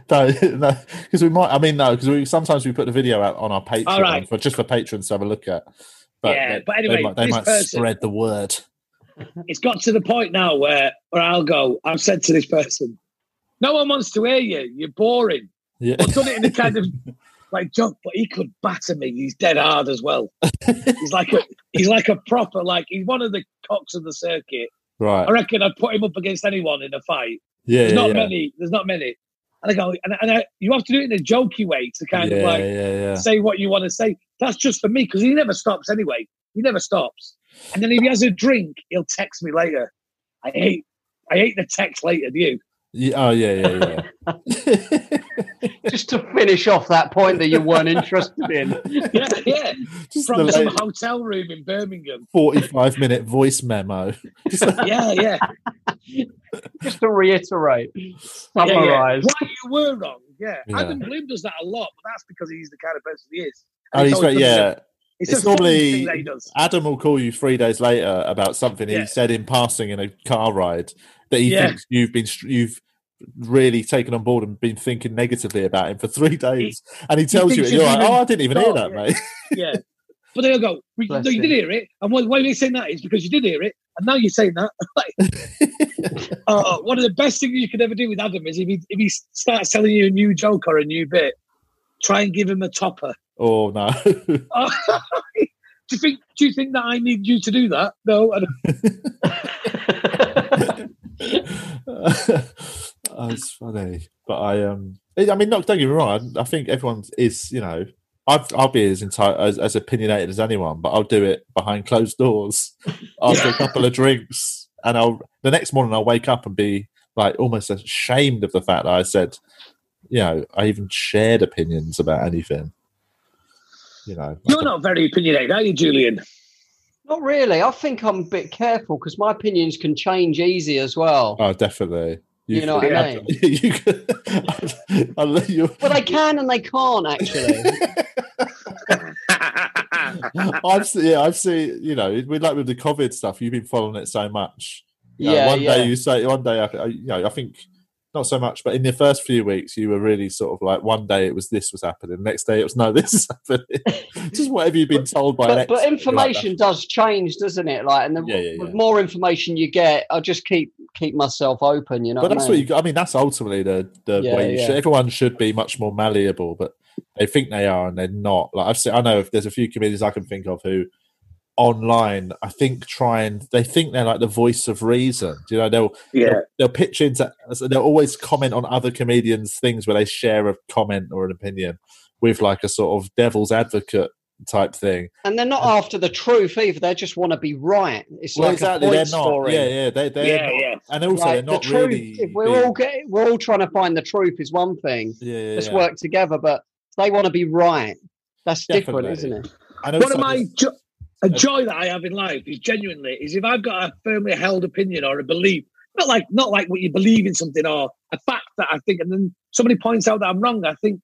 Speaker 2: No, no, because we might. I mean, no, because we sometimes we put the video out on our Patreon
Speaker 4: All right.
Speaker 2: for just for patrons to have a look at. But,
Speaker 4: Yeah,
Speaker 2: they,
Speaker 4: but
Speaker 2: they
Speaker 4: anyway,
Speaker 2: might, they
Speaker 4: this
Speaker 2: might
Speaker 4: person-
Speaker 2: spread the word.
Speaker 4: it's got to the point now where where I'll go, I've said to this person, no one wants to hear you. You're boring.
Speaker 2: Yeah,
Speaker 4: I've done it in a kind of like joke, but he could batter me. He's dead hard as well. he's like a he's like a proper like he's one of the cocks of the circuit.
Speaker 2: right.
Speaker 4: I reckon I'd put him up against anyone in a fight.
Speaker 2: Yeah,
Speaker 4: There's
Speaker 2: yeah,
Speaker 4: not
Speaker 2: yeah.
Speaker 4: many. There's not many. And I go, and, and I, you have to do it in a jokey way to kind
Speaker 2: yeah,
Speaker 4: of like
Speaker 2: yeah, yeah.
Speaker 4: say what you want to say. That's just for me because he never stops anyway. He never stops. And then if he has a drink, he'll text me later. I hate, I hate the text later. Do you?
Speaker 2: Yeah, oh yeah, yeah, yeah.
Speaker 1: Just to finish off that point that you weren't interested in.
Speaker 4: Yeah, yeah.
Speaker 2: Just the
Speaker 4: From some
Speaker 2: late
Speaker 4: hotel room in Birmingham.
Speaker 2: forty-five minute voice memo.
Speaker 4: Yeah, yeah.
Speaker 1: Just to reiterate,
Speaker 4: yeah, yeah.
Speaker 1: summarize.
Speaker 4: Why you were wrong? Yeah.
Speaker 2: Yeah.
Speaker 4: Adam Bloom does that a lot, but that's because he's the kind of person he is.
Speaker 2: Oh,
Speaker 4: And
Speaker 2: he's
Speaker 4: it's
Speaker 2: right.
Speaker 4: always done
Speaker 2: Yeah,
Speaker 4: the- It's,
Speaker 2: It's
Speaker 4: a normally
Speaker 2: normally-
Speaker 4: thing that he does.
Speaker 2: Adam will call you three days later about something
Speaker 4: Yeah.
Speaker 2: he said in passing in a car ride that he
Speaker 4: Yeah.
Speaker 2: thinks you've been str- you've really taken on board and been thinking negatively about him for three days, and he tells you,
Speaker 4: thinks
Speaker 2: and you're
Speaker 4: you've
Speaker 2: like,
Speaker 4: even
Speaker 2: "Oh, I didn't even hear
Speaker 4: thought,
Speaker 2: that,
Speaker 4: yeah.
Speaker 2: mate."
Speaker 4: Yeah. But then I go, "We- no,
Speaker 1: Bless
Speaker 4: you
Speaker 1: him.
Speaker 4: did hear it. And why, why are you saying that? Is because you did hear it. And now you're saying that. Like, uh, one of the best things you could ever do with Adam is if he, if he starts telling you a new joke or a new bit, try and give him a topper.
Speaker 2: Oh no,
Speaker 4: Oh, do you think do you think that I need you to do that? No. I don't.
Speaker 2: that's Oh, funny. But I um, I I mean, not don't get me wrong. I, I think everyone is, you know, I've, I'll be as, enti- as as opinionated as anyone, but I'll do it behind closed doors after a couple of drinks, and I'll the next morning I'll wake up and be like almost ashamed of the fact that I said, you know, I even shared opinions about anything. You know,
Speaker 4: You're not very opinionated, are you, Julian?
Speaker 1: Not really. I think I'm a bit careful because my opinions can change easy as well.
Speaker 2: oh, definitely.
Speaker 1: You know what I mean?
Speaker 2: you could, I, I, love you,
Speaker 1: Well, they can and they can't actually.
Speaker 2: I've seen, yeah, I've seen, you know, we like with the COVID stuff, you've been following it so much. You know,
Speaker 1: yeah,
Speaker 2: one
Speaker 1: yeah.
Speaker 2: day you say, one day, I, I- you know, I think not so much, but in the first few weeks, you were really sort of like, one day it was this was happening, next day it was no, this is happening. Just whatever you've been told by an
Speaker 1: but,
Speaker 2: expert,
Speaker 1: but
Speaker 2: you're like,
Speaker 1: information does change, doesn't it? Like, and the,
Speaker 2: Yeah, yeah,
Speaker 1: the
Speaker 2: yeah.
Speaker 1: more information you get, I just keep keep myself open. You know,
Speaker 2: but
Speaker 1: what
Speaker 2: that's
Speaker 1: I
Speaker 2: what
Speaker 1: mean?
Speaker 2: you. I mean, that's ultimately the the
Speaker 1: Yeah,
Speaker 2: way you
Speaker 1: yeah.
Speaker 2: should. Everyone should be much more malleable, but they think they are and they're not. Like I've seen, I know if there's a few comedians I can think of who online, I think try and they think they're like the voice of reason. You know, they'll
Speaker 4: yeah,
Speaker 2: they'll pitch into so they'll always comment on other comedians' things where they share a comment or an opinion with like a sort of devil's advocate type thing.
Speaker 1: and they're not after the truth either. They just want to be right. It's like a
Speaker 2: they're
Speaker 1: point
Speaker 2: not.
Speaker 1: story.
Speaker 2: Yeah, yeah, they, they're
Speaker 4: yeah,
Speaker 2: not-
Speaker 4: yeah.
Speaker 2: and also
Speaker 1: Like,
Speaker 2: they're not
Speaker 1: the truth.
Speaker 2: really.
Speaker 1: if we're
Speaker 2: being-
Speaker 1: all get, we're all trying to find the truth is one thing.
Speaker 2: yeah, yeah,
Speaker 1: Let's
Speaker 2: yeah.
Speaker 1: work together, but they want to be right. That's different,
Speaker 2: Definitely.
Speaker 1: isn't it?
Speaker 2: And
Speaker 4: One
Speaker 2: also
Speaker 4: of my
Speaker 2: just-
Speaker 4: jo- a joy that I have in life is genuinely is if I've got a firmly held opinion or a belief, not like not like what you believe in something or a fact that I think, and then somebody points out that I'm wrong. I think,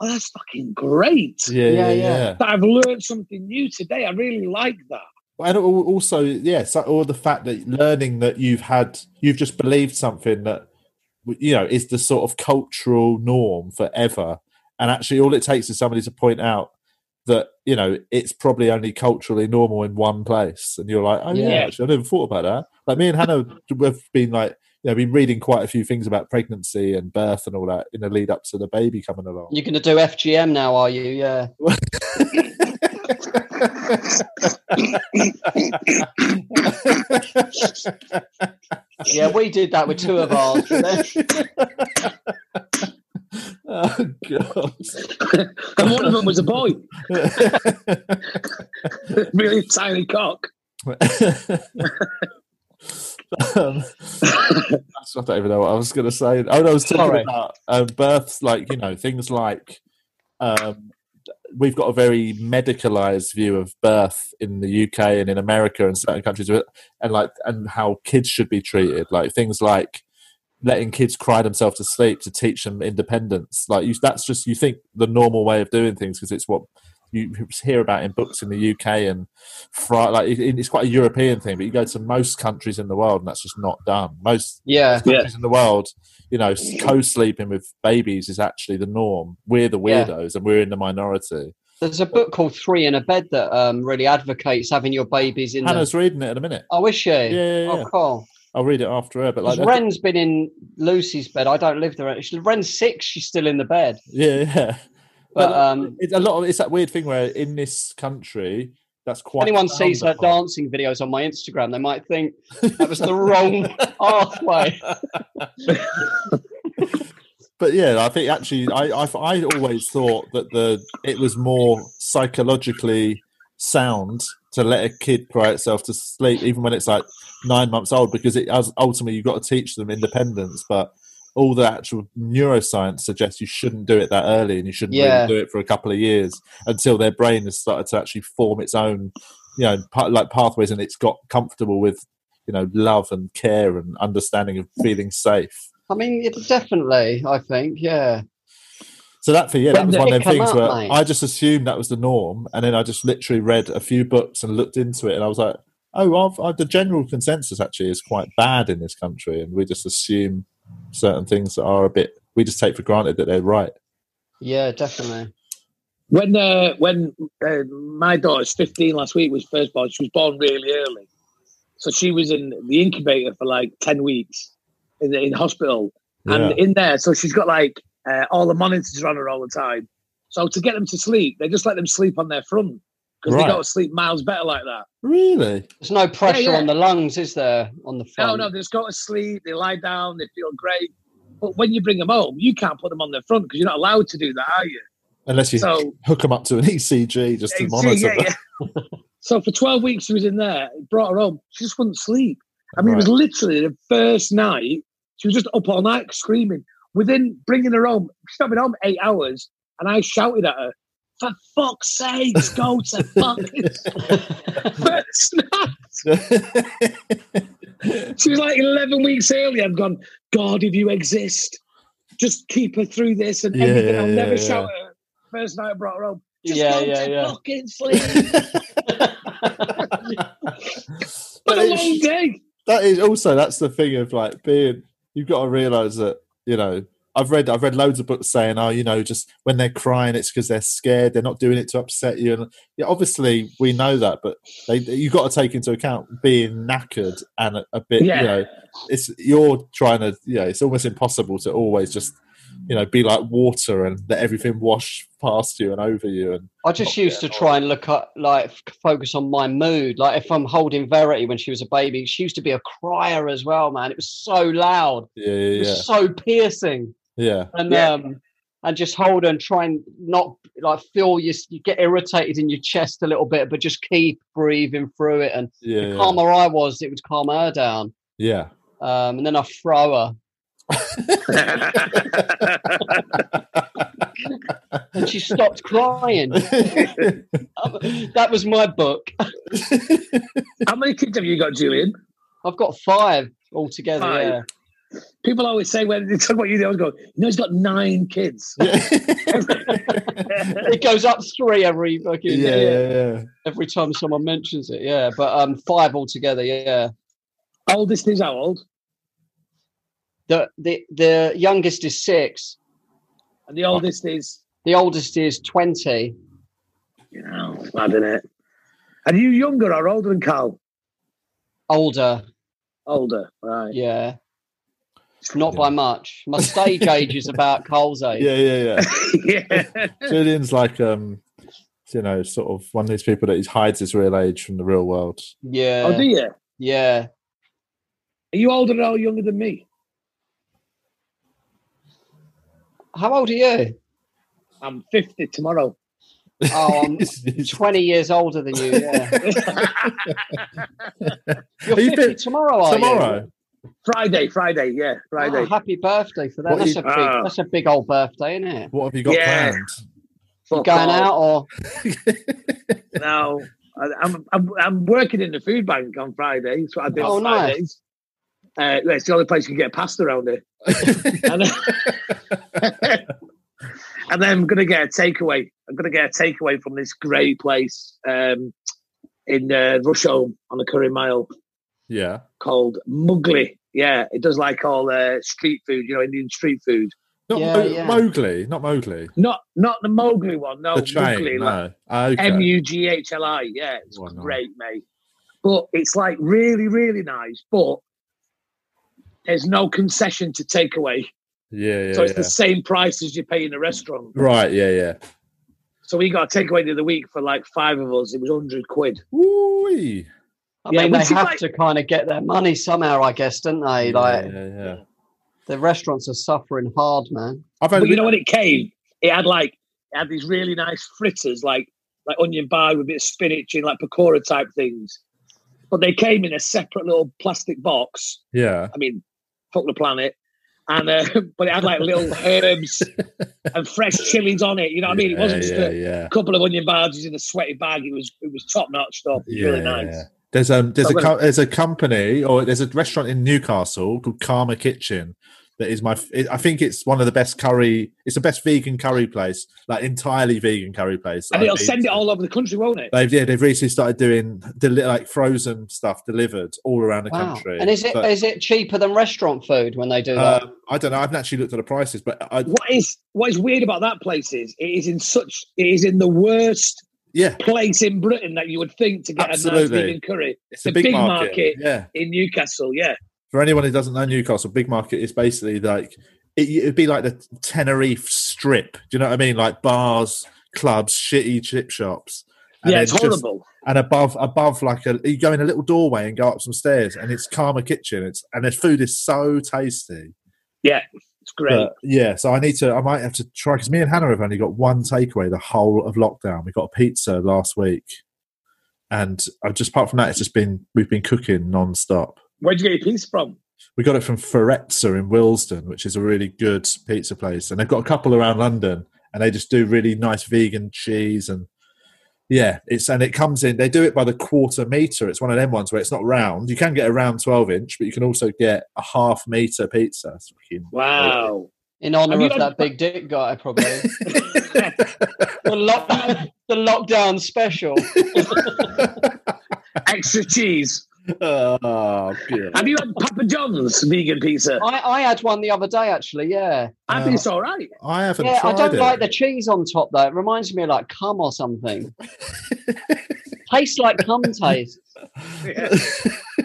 Speaker 4: oh, that's fucking great.
Speaker 2: yeah,
Speaker 1: Yeah,
Speaker 2: yeah,
Speaker 1: yeah.
Speaker 2: yeah.
Speaker 4: That I've learned something new today. I really like that.
Speaker 2: And al- also, yes, yeah, or the fact that learning that you've had, you've just believed something that you know is the sort of cultural norm forever, and actually, all it takes is somebody to point out that you know it's probably only culturally normal in one place, and you're like, oh yeah,
Speaker 1: Yeah.
Speaker 2: actually, I never thought about that. Like me and Hannah have been like, you know, been reading quite a few things about pregnancy and birth and all that in the lead up to the baby coming along.
Speaker 1: You're going to do FGM now, are you? Yeah. Yeah, we did that with two of ours. and then-
Speaker 2: oh god!
Speaker 4: And one of them was a boy, really tiny cock.
Speaker 2: um, I don't even know what I was going to say. Oh, no, I was talking
Speaker 1: Sorry.
Speaker 2: about um, births, like you know, things like um, we've got a very medicalized view of birth in the UK and in America and certain countries, but- and like and how kids should be treated, like things like letting kids cry themselves to sleep to teach them independence. Like you, that's just you think the normal way of doing things because it's what you hear about in books in the UK and Fri like it, it's quite a European thing, but you go to most countries in the world and that's just not done. Most
Speaker 1: yeah.
Speaker 4: Yeah.
Speaker 2: countries in the world, you know, co-sleeping with babies is actually the norm. We're the
Speaker 1: Yeah.
Speaker 2: weirdos and we're in the minority.
Speaker 1: There's a book called Three in a Bed that um, really advocates having your babies in the.
Speaker 2: Hannah's reading it in a minute.
Speaker 1: Oh, is she?
Speaker 2: Yeah, yeah, yeah.
Speaker 1: Oh, cool.
Speaker 2: I'll read it after her. But like,
Speaker 1: 'Cause Ren's been in Lucy's bed. I don't live there. She- Ren's six. She's still in the bed.
Speaker 2: yeah, yeah.
Speaker 1: But
Speaker 2: But,
Speaker 1: um,
Speaker 2: It's a lot of it's that weird thing where in this country, that's
Speaker 1: if
Speaker 2: quite.
Speaker 1: anyone sees her
Speaker 2: frowned upon.
Speaker 1: dancing videos on my Instagram, they might think that was the wrong pathway.
Speaker 2: but yeah, I think actually, I, I I always thought that the it was more psychologically sound to let a kid cry itself to sleep, even when it's like nine months old, because it as ultimately you've got to teach them independence. But all the actual neuroscience suggests you shouldn't do it that early, and you shouldn't
Speaker 1: Yeah.
Speaker 2: really do it for a couple of years until their brain has started to actually form its own, you know, pa- like pathways, and it's got comfortable with, you know, love and care and understanding of feeling safe.
Speaker 1: I mean, it, definitely. I think. Yeah.
Speaker 2: So that for yeah, that
Speaker 1: When
Speaker 2: was
Speaker 1: did
Speaker 2: one of
Speaker 1: it come
Speaker 2: them things
Speaker 1: up,
Speaker 2: where
Speaker 1: mate?
Speaker 2: I just assumed that was the norm, and then I just literally read a few books and looked into it, and I was like, oh, I've, i the general consensus actually is quite bad in this country, and we just assume certain things that are a bit we just take for granted that they're right.
Speaker 1: Yeah. Definitely.
Speaker 4: When uh, when uh, my daughter's 15 last week was first born, she was born really early, so she was in the incubator for like 10 weeks in, in hospital,
Speaker 2: Yeah.
Speaker 4: and in there, so she's got like uh, all the monitors on her all the time. So to get them to sleep, they just let them sleep on their front because
Speaker 2: Right.
Speaker 4: they got to sleep miles better like that.
Speaker 2: Really?
Speaker 1: There's no pressure
Speaker 4: yeah.
Speaker 1: on the lungs, is there? On the
Speaker 4: No,
Speaker 1: front.
Speaker 4: no, they just go to sleep, they lie down, they feel great. But when you bring them home, you can't put them on their front because you're not allowed to do that, are you?
Speaker 2: Unless you
Speaker 4: So
Speaker 2: hook them up to an ECG just
Speaker 1: E
Speaker 2: to
Speaker 4: Yeah,
Speaker 2: monitor.
Speaker 4: yeah,
Speaker 2: them.
Speaker 4: yeah. so for 12 weeks she was in there, it brought her home. She just wouldn't sleep. I mean, it was literally the first night, she was just up all night screaming. Within bringing her home, she's not been home eight hours, and I shouted at her, for fuck's sake, go to fucking first night.
Speaker 2: Right.
Speaker 4: She was like 11 weeks early. I've gone, God, if you exist, just keep her through this and
Speaker 7: Yeah,
Speaker 4: everything.
Speaker 7: yeah,
Speaker 4: I'll never
Speaker 7: yeah,
Speaker 4: shout at her. First night I brought her home. Just
Speaker 1: yeah,
Speaker 4: go
Speaker 1: yeah,
Speaker 4: to
Speaker 1: yeah.
Speaker 4: fucking sleep. What a
Speaker 2: That is-
Speaker 4: long day.
Speaker 2: that is also that's the thing of like being you've got to realize that you know i've read i've read loads of books saying oh you know just when they're crying it's because they're scared they're not doing it to upset you and yeah obviously we know that but they, you've got to take into account being knackered and a, a bit
Speaker 4: Yeah.
Speaker 2: you know it's you're trying to you know it's almost impossible to always just you know be like water and let everything wash past you and over you and
Speaker 1: I just
Speaker 2: Oh, yeah,
Speaker 1: used to
Speaker 2: no.
Speaker 1: try and look at, like, f- focus on my mood. Like, if I'm holding Verity when she was a baby, she used to be a crier as well, man. It was so loud,
Speaker 2: yeah
Speaker 1: it
Speaker 2: yeah
Speaker 1: was so piercing.
Speaker 2: yeah
Speaker 1: and
Speaker 4: Yeah.
Speaker 1: um and just hold and try and not like feel you, you get irritated in your chest a little bit but just keep breathing through it and
Speaker 2: yeah yeah, yeah.
Speaker 1: calmer i was it would calm her down
Speaker 2: yeah.
Speaker 1: um and then i throw her and she stopped crying Um, that was my book
Speaker 4: How many kids have you got, Julian?
Speaker 1: i've got five altogether
Speaker 4: Five.
Speaker 1: yeah
Speaker 4: People always say when they talk about you, they always go, No, he's got nine kids.
Speaker 1: it goes up three every fucking
Speaker 2: yeah, yeah, yeah.
Speaker 1: every time someone mentions it yeah but um five altogether yeah
Speaker 4: Oldest is how old?
Speaker 1: the the the youngest is six
Speaker 4: And the oldest is,
Speaker 1: the oldest is 20
Speaker 4: you know, it's mad, isn't it? Are you younger or older than Carl?
Speaker 1: older
Speaker 4: Older, right.
Speaker 1: Yeah. Not by much. My stage age is about Cole's age.
Speaker 2: Yeah, yeah, yeah.
Speaker 4: yeah.
Speaker 2: Julian's like um, you know, sort of one of these people that he hides his real age from the real world.
Speaker 1: Yeah.
Speaker 4: Oh, do you? Are
Speaker 1: yeah.
Speaker 4: you older or younger than me?
Speaker 1: How old are you?
Speaker 4: I'm 50 tomorrow.
Speaker 1: Oh,
Speaker 4: Um,
Speaker 1: I'm
Speaker 2: He's- he's-
Speaker 1: 20 years older than you. Yeah. You're
Speaker 2: Are you
Speaker 1: 50
Speaker 2: fit-
Speaker 1: tomorrow, are you?
Speaker 2: tomorrow.
Speaker 4: Friday, Friday, yeah, Friday.
Speaker 1: Oh, happy birthday for that.
Speaker 2: What
Speaker 1: That's
Speaker 2: you-
Speaker 1: a, big,
Speaker 4: Ah.
Speaker 1: that's a big old birthday, isn't it?
Speaker 2: What have you got
Speaker 4: Yeah.
Speaker 2: planned?
Speaker 4: Oh,
Speaker 1: You going out or
Speaker 4: No, I, I'm, I'm I'm working in the food bank on Friday. That's what I do
Speaker 1: Oh,
Speaker 4: on
Speaker 1: nice.
Speaker 4: Fridays. Uh, well, it's the only place you can get pasta around here. and, and then I'm gonna get a takeaway. I'm gonna get a takeaway from this great place um, in uh, Rusholme on the Curry Mile
Speaker 2: Yeah,
Speaker 4: called Mugly. Yeah, it does like all uh, street food, you know, Indian street food.
Speaker 2: not
Speaker 1: Yeah,
Speaker 2: Mo-
Speaker 1: yeah.
Speaker 2: Mowgli, not Mowgli.
Speaker 4: Not not the Mowgli one, no.
Speaker 2: the chain,
Speaker 4: Mugli, like-
Speaker 2: no. Ah, okay.
Speaker 4: M U G H L I. Yeah, it's
Speaker 2: Why not?
Speaker 4: great, mate. But it's like really, really nice. But there's no concession to take away,
Speaker 2: yeah, yeah,
Speaker 4: so it's
Speaker 2: yeah.
Speaker 4: the same price as you pay in a restaurant.
Speaker 2: Right, yeah, yeah.
Speaker 4: So we got a takeaway the other week for like five of us. It was hundred quid.
Speaker 2: Woo-wee.
Speaker 1: I
Speaker 4: Yeah,
Speaker 1: mean,
Speaker 4: which
Speaker 1: they
Speaker 4: is
Speaker 1: have
Speaker 4: like-
Speaker 1: to kind of get their money somehow, I guess, don't they? Like
Speaker 2: yeah, yeah, yeah.
Speaker 1: the restaurants are suffering hard, man.
Speaker 2: I've
Speaker 4: But
Speaker 2: only
Speaker 4: you know when it came, it had like it had these really nice fritters, like like onion pie with a bit of spinach and like pakora type things. But they came in a separate little plastic box.
Speaker 2: yeah,
Speaker 4: I mean, fuck the planet. And uh, but it had like little herbs and fresh chilies on it. You know what I mean? It wasn't just
Speaker 2: yeah, yeah,
Speaker 4: a
Speaker 2: yeah.
Speaker 4: couple of onion barges in a sweaty bag. It was it was top notch stuff. It was really
Speaker 2: Yeah,
Speaker 4: nice.
Speaker 2: yeah. There's um there's
Speaker 4: So
Speaker 2: a
Speaker 4: when-
Speaker 2: co- there's a company or there's a restaurant in Newcastle called Karma Kitchen that is my f- it- I think it's one of the best curry it's the best vegan curry place like entirely vegan curry place.
Speaker 4: And
Speaker 2: I've
Speaker 4: it'll
Speaker 2: been
Speaker 4: send it
Speaker 2: to.
Speaker 4: all over the country, won't it?
Speaker 2: They've yeah they've recently started doing deli- like frozen stuff delivered all around the
Speaker 1: Wow.
Speaker 2: country.
Speaker 1: And is it is
Speaker 2: But,
Speaker 1: it cheaper than restaurant food when they do that?
Speaker 2: um, I don't know. I haven't actually looked at the prices, but I,
Speaker 4: What is what is weird about that place is it is in such it is in the worst
Speaker 2: yeah,
Speaker 4: place in Britain that you would think to get a
Speaker 2: Absolutely.
Speaker 4: nice vegan curry
Speaker 2: it's a
Speaker 4: The
Speaker 2: big,
Speaker 4: big
Speaker 2: market.
Speaker 4: market.
Speaker 2: Yeah,
Speaker 4: in Newcastle. Yeah,
Speaker 2: for anyone who doesn't know Newcastle, big market is basically like it, it'd be like the Tenerife Strip. Do you know what I mean? Like bars, clubs, shitty chip shops. And
Speaker 4: yeah, it's
Speaker 2: then just-
Speaker 4: horrible.
Speaker 2: and above, above, like a you go in a little doorway and go up some stairs, and it's Karma Kitchen. It's and the food is so tasty.
Speaker 4: It's great.
Speaker 2: But, yeah, so I need to. I might have to try because me and Hannah have only got one takeaway the whole of lockdown. We got a pizza last week, and I've just apart from that, it's just been we've been cooking non-stop.
Speaker 4: Where'd you get your piece from?
Speaker 2: We got it from Ferrezza in Willesden, which is a really good pizza place, and they've got a couple around London, and they just do really nice vegan cheese and Yeah, it's and it comes in. They do it by the quarter meter. It's one of them ones where it's not round. You can get a round twelve inch, but you can also get a half meter pizza. It's fucking-
Speaker 4: Wow.
Speaker 1: in honor
Speaker 4: Have you
Speaker 1: of
Speaker 4: had-
Speaker 1: that big dick guy, probably. the, lock- the lockdown special.
Speaker 4: Extra cheese.
Speaker 2: Oh, dear.
Speaker 4: Have you had Papa John's vegan pizza?
Speaker 1: I, I had one the other day, actually. Yeah,
Speaker 4: I think it's all right.
Speaker 2: I haven't
Speaker 1: yeah. I
Speaker 2: tried
Speaker 1: don't
Speaker 2: it.
Speaker 1: like the cheese on top though. It reminds me of like cum or something. Tastes like cum taste,
Speaker 4: Yeah.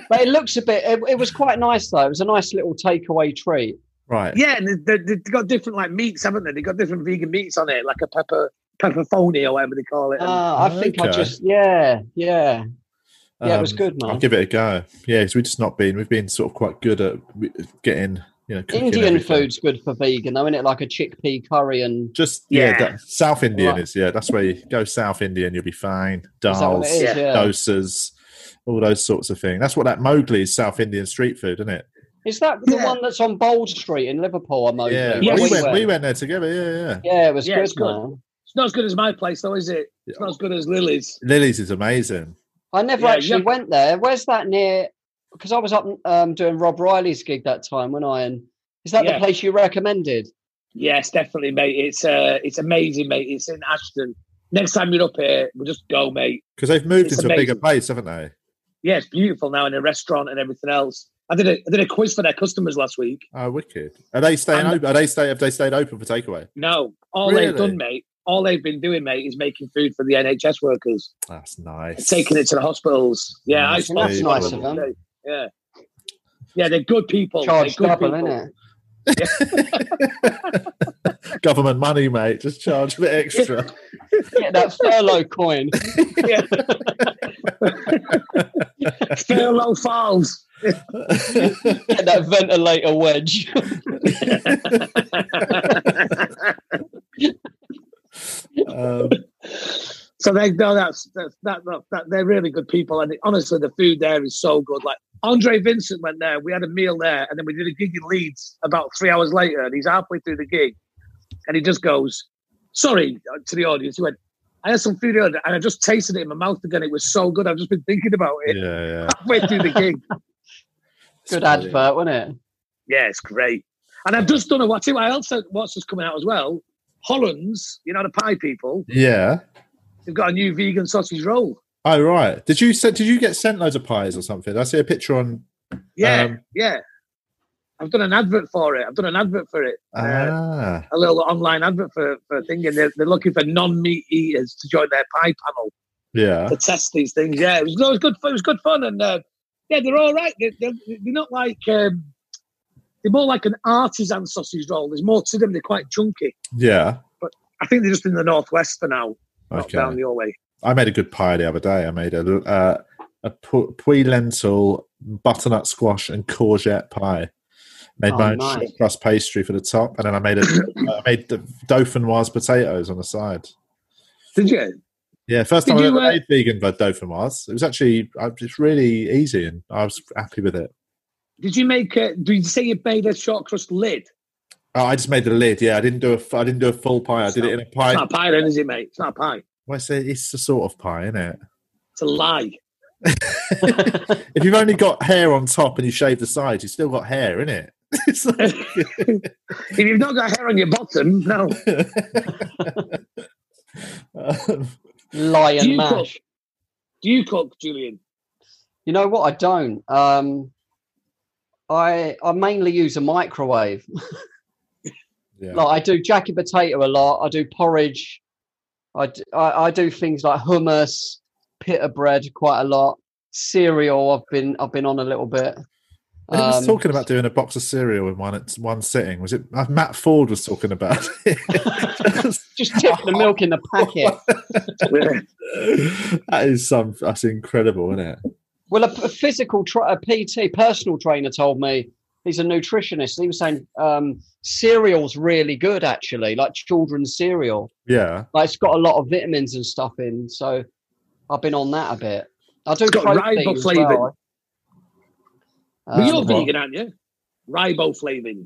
Speaker 1: but it looks a bit. It, it was quite nice though. It was a nice little takeaway treat.
Speaker 2: right.
Speaker 4: Yeah, and they- they- they've got different like meats, haven't they? They've got different vegan meats on it, like a pepper pepperoni or whatever they call it. And
Speaker 1: Uh, I think I
Speaker 2: Um, Okay.
Speaker 1: just yeah, yeah, yeah. it was
Speaker 2: Um,
Speaker 1: good,
Speaker 2: I'll
Speaker 1: man.
Speaker 2: give it a go. Yeah, because we've just not been. We've been sort of quite good at w- getting you know cooking
Speaker 1: Indian
Speaker 2: everything.
Speaker 1: food's good for vegan, though, isn't it? Like a chickpea curry and
Speaker 2: Just yeah,
Speaker 4: Yeah.
Speaker 2: that- South Indian
Speaker 1: Right.
Speaker 2: is yeah. That's where you go South Indian, you'll be fine.
Speaker 1: is that what it
Speaker 2: Dals,
Speaker 1: is?
Speaker 4: Yeah.
Speaker 1: Yeah.
Speaker 2: dosas, all those sorts of things. That's what that Mowgli is South Indian street food, isn't it?
Speaker 1: Is that the
Speaker 4: Yeah.
Speaker 1: one that's on Bold Street in Liverpool? I'm over.
Speaker 2: Yeah,
Speaker 4: Yes.
Speaker 2: we
Speaker 4: we
Speaker 2: went we went there together. Yeah, yeah.
Speaker 1: Yeah, it was
Speaker 4: Yeah,
Speaker 1: good,
Speaker 4: it's good.
Speaker 1: man.
Speaker 4: It's not as good as my place, though, is it? It's not as good as Lily's.
Speaker 2: Lily's is amazing.
Speaker 1: I never
Speaker 4: Yeah,
Speaker 1: actually
Speaker 4: yeah.
Speaker 1: went there. Where's that near? Because I was up um, doing Rob Riley's gig that time when I and is that the
Speaker 4: Yeah.
Speaker 1: place you recommended?
Speaker 4: Yes, definitely, mate. It's uh, it's amazing, mate. It's in Ashton. Next time you're up here, we'll just go, mate.
Speaker 2: Because they've moved
Speaker 4: It's
Speaker 2: into a bigger
Speaker 4: amazing.
Speaker 2: place, haven't they?
Speaker 4: Yeah, it's beautiful now in a restaurant and everything else. I did a I did a quiz for their customers last week.
Speaker 2: Oh, wicked. Are they staying
Speaker 4: And-
Speaker 2: open? Are they stay have they stayed open for takeaway?
Speaker 4: No, all
Speaker 2: Really?
Speaker 4: they've done, mate. All they've been doing, mate, is making food for the NHS workers,
Speaker 2: That's nice.
Speaker 4: taking it to the hospitals. Yeah, I
Speaker 2: Nice,
Speaker 4: spoke
Speaker 1: that's
Speaker 4: to
Speaker 1: nice
Speaker 4: one
Speaker 1: of them.
Speaker 4: today. Yeah, yeah, they're good people.
Speaker 1: Charged
Speaker 4: they're good
Speaker 1: double,
Speaker 4: people.
Speaker 1: innit?
Speaker 2: Government money, mate. Just charge a bit extra.
Speaker 1: Get that furlough coin.
Speaker 4: Furlough Falls.
Speaker 2: Um,
Speaker 1: Get that ventilator wedge.
Speaker 2: um,
Speaker 4: So they no, that's that's that, that, that they're really good people, and it- honestly, the food there is so good. Like Andre Vincent went there, we had a meal there, and then we did a gig in Leeds about three hours later, and he's halfway through the gig, and he just goes, "Sorry" uh, to the audience. He went, "I had some food earlier, and I just tasted it in my mouth again. It was so good. I've just been thinking about
Speaker 2: yeah,
Speaker 4: it
Speaker 2: yeah.
Speaker 4: halfway through the gig.
Speaker 1: Good advert, wasn't it?
Speaker 4: Yeah, it's great. And I've just done a what's it? I also what's just coming out as well. Hollands, you know the pie people.
Speaker 2: Yeah.
Speaker 4: They've got a new vegan sausage roll.
Speaker 2: Oh right. Did you send? Did you get sent loads of pies or something? I see a picture on.
Speaker 4: Yeah,
Speaker 2: Um,
Speaker 4: yeah. I've done an advert for it. I've done an advert for it. Uh,
Speaker 2: Ah,
Speaker 4: a little online advert for, for a thing, and they're, they're looking for non-meat eaters to join their pie panel
Speaker 2: yeah.
Speaker 4: to test these things. Yeah, it was, no, it was good. Fun, it was good fun, and uh, yeah, they're all right. They're, they're, they're not like um, they're more like an artisan sausage roll. There's more to them. They're quite chunky.
Speaker 2: Yeah.
Speaker 4: I think they're just in the northwest for now, not
Speaker 2: Okay.
Speaker 4: down your way.
Speaker 2: I made a good pie the other day. I made a uh, a pu- pui lentil, butternut squash, and courgette pie. Made
Speaker 1: Oh,
Speaker 2: my own
Speaker 1: nice.
Speaker 2: short crust pastry for the top, and then I made a I made the dauphinoise potatoes on the side.
Speaker 4: Did you?
Speaker 2: Yeah, first
Speaker 4: Did
Speaker 2: time I
Speaker 4: you,
Speaker 2: ever
Speaker 4: uh,
Speaker 2: made vegan but dauphinoise. It was actually uh, it's really easy, and I was happy with it.
Speaker 4: Did you make? A, did you say you made a short crust lid?
Speaker 2: Oh, I just made the lid. Yeah, I didn't do a f- I didn't do a full pie. I
Speaker 4: It's
Speaker 2: did it in
Speaker 4: not-
Speaker 2: a pie.
Speaker 4: It's not a pie, then, is it, mate? It's not a pie.
Speaker 2: Well, it's, a, it's a sort of pie, isn't it?
Speaker 4: It's a lie.
Speaker 2: If you've only got hair on top and you shave the sides, you've still got hair, in it. It's like,
Speaker 4: If you've not got hair on your bottom, no.
Speaker 2: um,
Speaker 1: Lion
Speaker 4: You
Speaker 1: mash.
Speaker 4: cook. Do you cook, Julian?
Speaker 1: You know what? I don't. Um, I I mainly use a microwave.
Speaker 2: yeah.
Speaker 1: Like I do jacket potato a lot. I do porridge. I d- I- I do things like hummus, pita bread quite a lot. Cereal. I've been I've been on a little bit.
Speaker 2: I was
Speaker 1: Um,
Speaker 2: talking about doing a box of cereal in one at one sitting. Was it uh, Matt Ford was talking about it?
Speaker 1: just tip the milk in the packet.
Speaker 2: Um, that is some that's incredible, isn't it?
Speaker 1: Well, a, p- a physical tra- a PT personal trainer told me he's a nutritionist. He was saying um, cereal's really good actually, like children's cereal.
Speaker 2: Yeah.
Speaker 1: like it's got a lot of vitamins and stuff in. So I've been on that a bit. I do
Speaker 4: It's got
Speaker 1: protein as well.
Speaker 4: riboflavin.
Speaker 1: Um,
Speaker 4: you're
Speaker 2: what?
Speaker 4: vegan, aren't you? Riboflavin.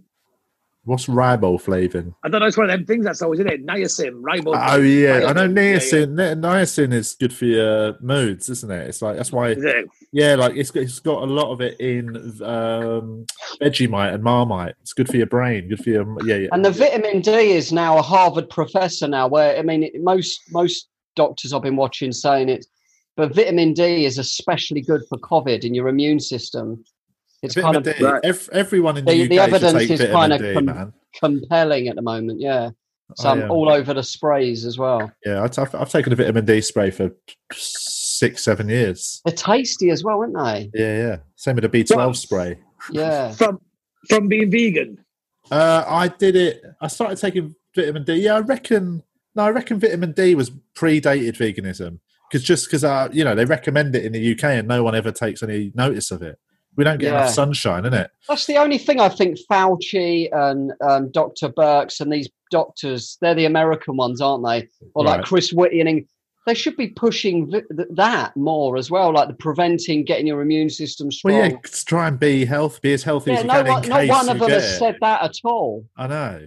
Speaker 2: What's riboflavin?
Speaker 4: I don't know. It's one of them things that's always in it. Niacin, riboflavin.
Speaker 2: Oh yeah, I know
Speaker 4: Niacin, yeah, yeah.
Speaker 2: niacin. ni- Niacin is good for your moods, isn't it? It's like that's why.
Speaker 4: Is it?
Speaker 2: Oh, Yeah, like it's got- it's got a lot of it in um, Vegemite and Marmite. It's good for your brain. Good for your yeah. yeah.
Speaker 1: And the vitamin D is now a Harvard professor now. Where I mean, it, most most doctors I've been watching saying it, but vitamin D is especially good for COVID and your immune system. It's kind
Speaker 2: vitamin
Speaker 1: of
Speaker 2: D.
Speaker 4: Right.
Speaker 2: Ev- everyone in the,
Speaker 1: The-
Speaker 2: UK
Speaker 1: the
Speaker 2: should
Speaker 1: evidence
Speaker 2: take
Speaker 1: is
Speaker 2: vitamin
Speaker 1: kinda
Speaker 2: D,
Speaker 1: com-
Speaker 2: man.
Speaker 1: compelling at the moment. Yeah,
Speaker 4: Oh,
Speaker 1: so I'm
Speaker 2: yeah.
Speaker 1: all over the sprays as well.
Speaker 2: Yeah, I t- I've, I've taken a vitamin D spray for six, seven years.
Speaker 1: They're tasty as well, aren't they?
Speaker 2: Yeah, yeah. Same with the B12
Speaker 4: Well-
Speaker 2: spray.
Speaker 1: Yeah.
Speaker 4: From from being vegan.
Speaker 2: Uh, I did it. I started taking vitamin D. Yeah, I reckon. No, I reckon vitamin D was predated veganism because just because I, you know, they recommend it in the UK and no one ever takes any notice of it. We don't get
Speaker 1: Yeah.
Speaker 2: enough sunshine, in it.
Speaker 1: That's the only thing I think Fauci and um, Dr. Burks and these doctors, they're the American ones, aren't they? Or
Speaker 2: Right.
Speaker 1: like Chris Whitty and Eng- they should be pushing th- th- that more as well, like the preventing getting your immune system
Speaker 2: Well,
Speaker 1: strong.
Speaker 2: yeah, c- try and be healthy, be as healthy
Speaker 1: Yeah,
Speaker 2: as you
Speaker 1: no,
Speaker 2: can
Speaker 1: one,
Speaker 2: in
Speaker 1: not
Speaker 2: case
Speaker 1: one
Speaker 2: you
Speaker 1: of them
Speaker 2: get
Speaker 1: has
Speaker 2: it.
Speaker 1: said that at all.
Speaker 2: I know.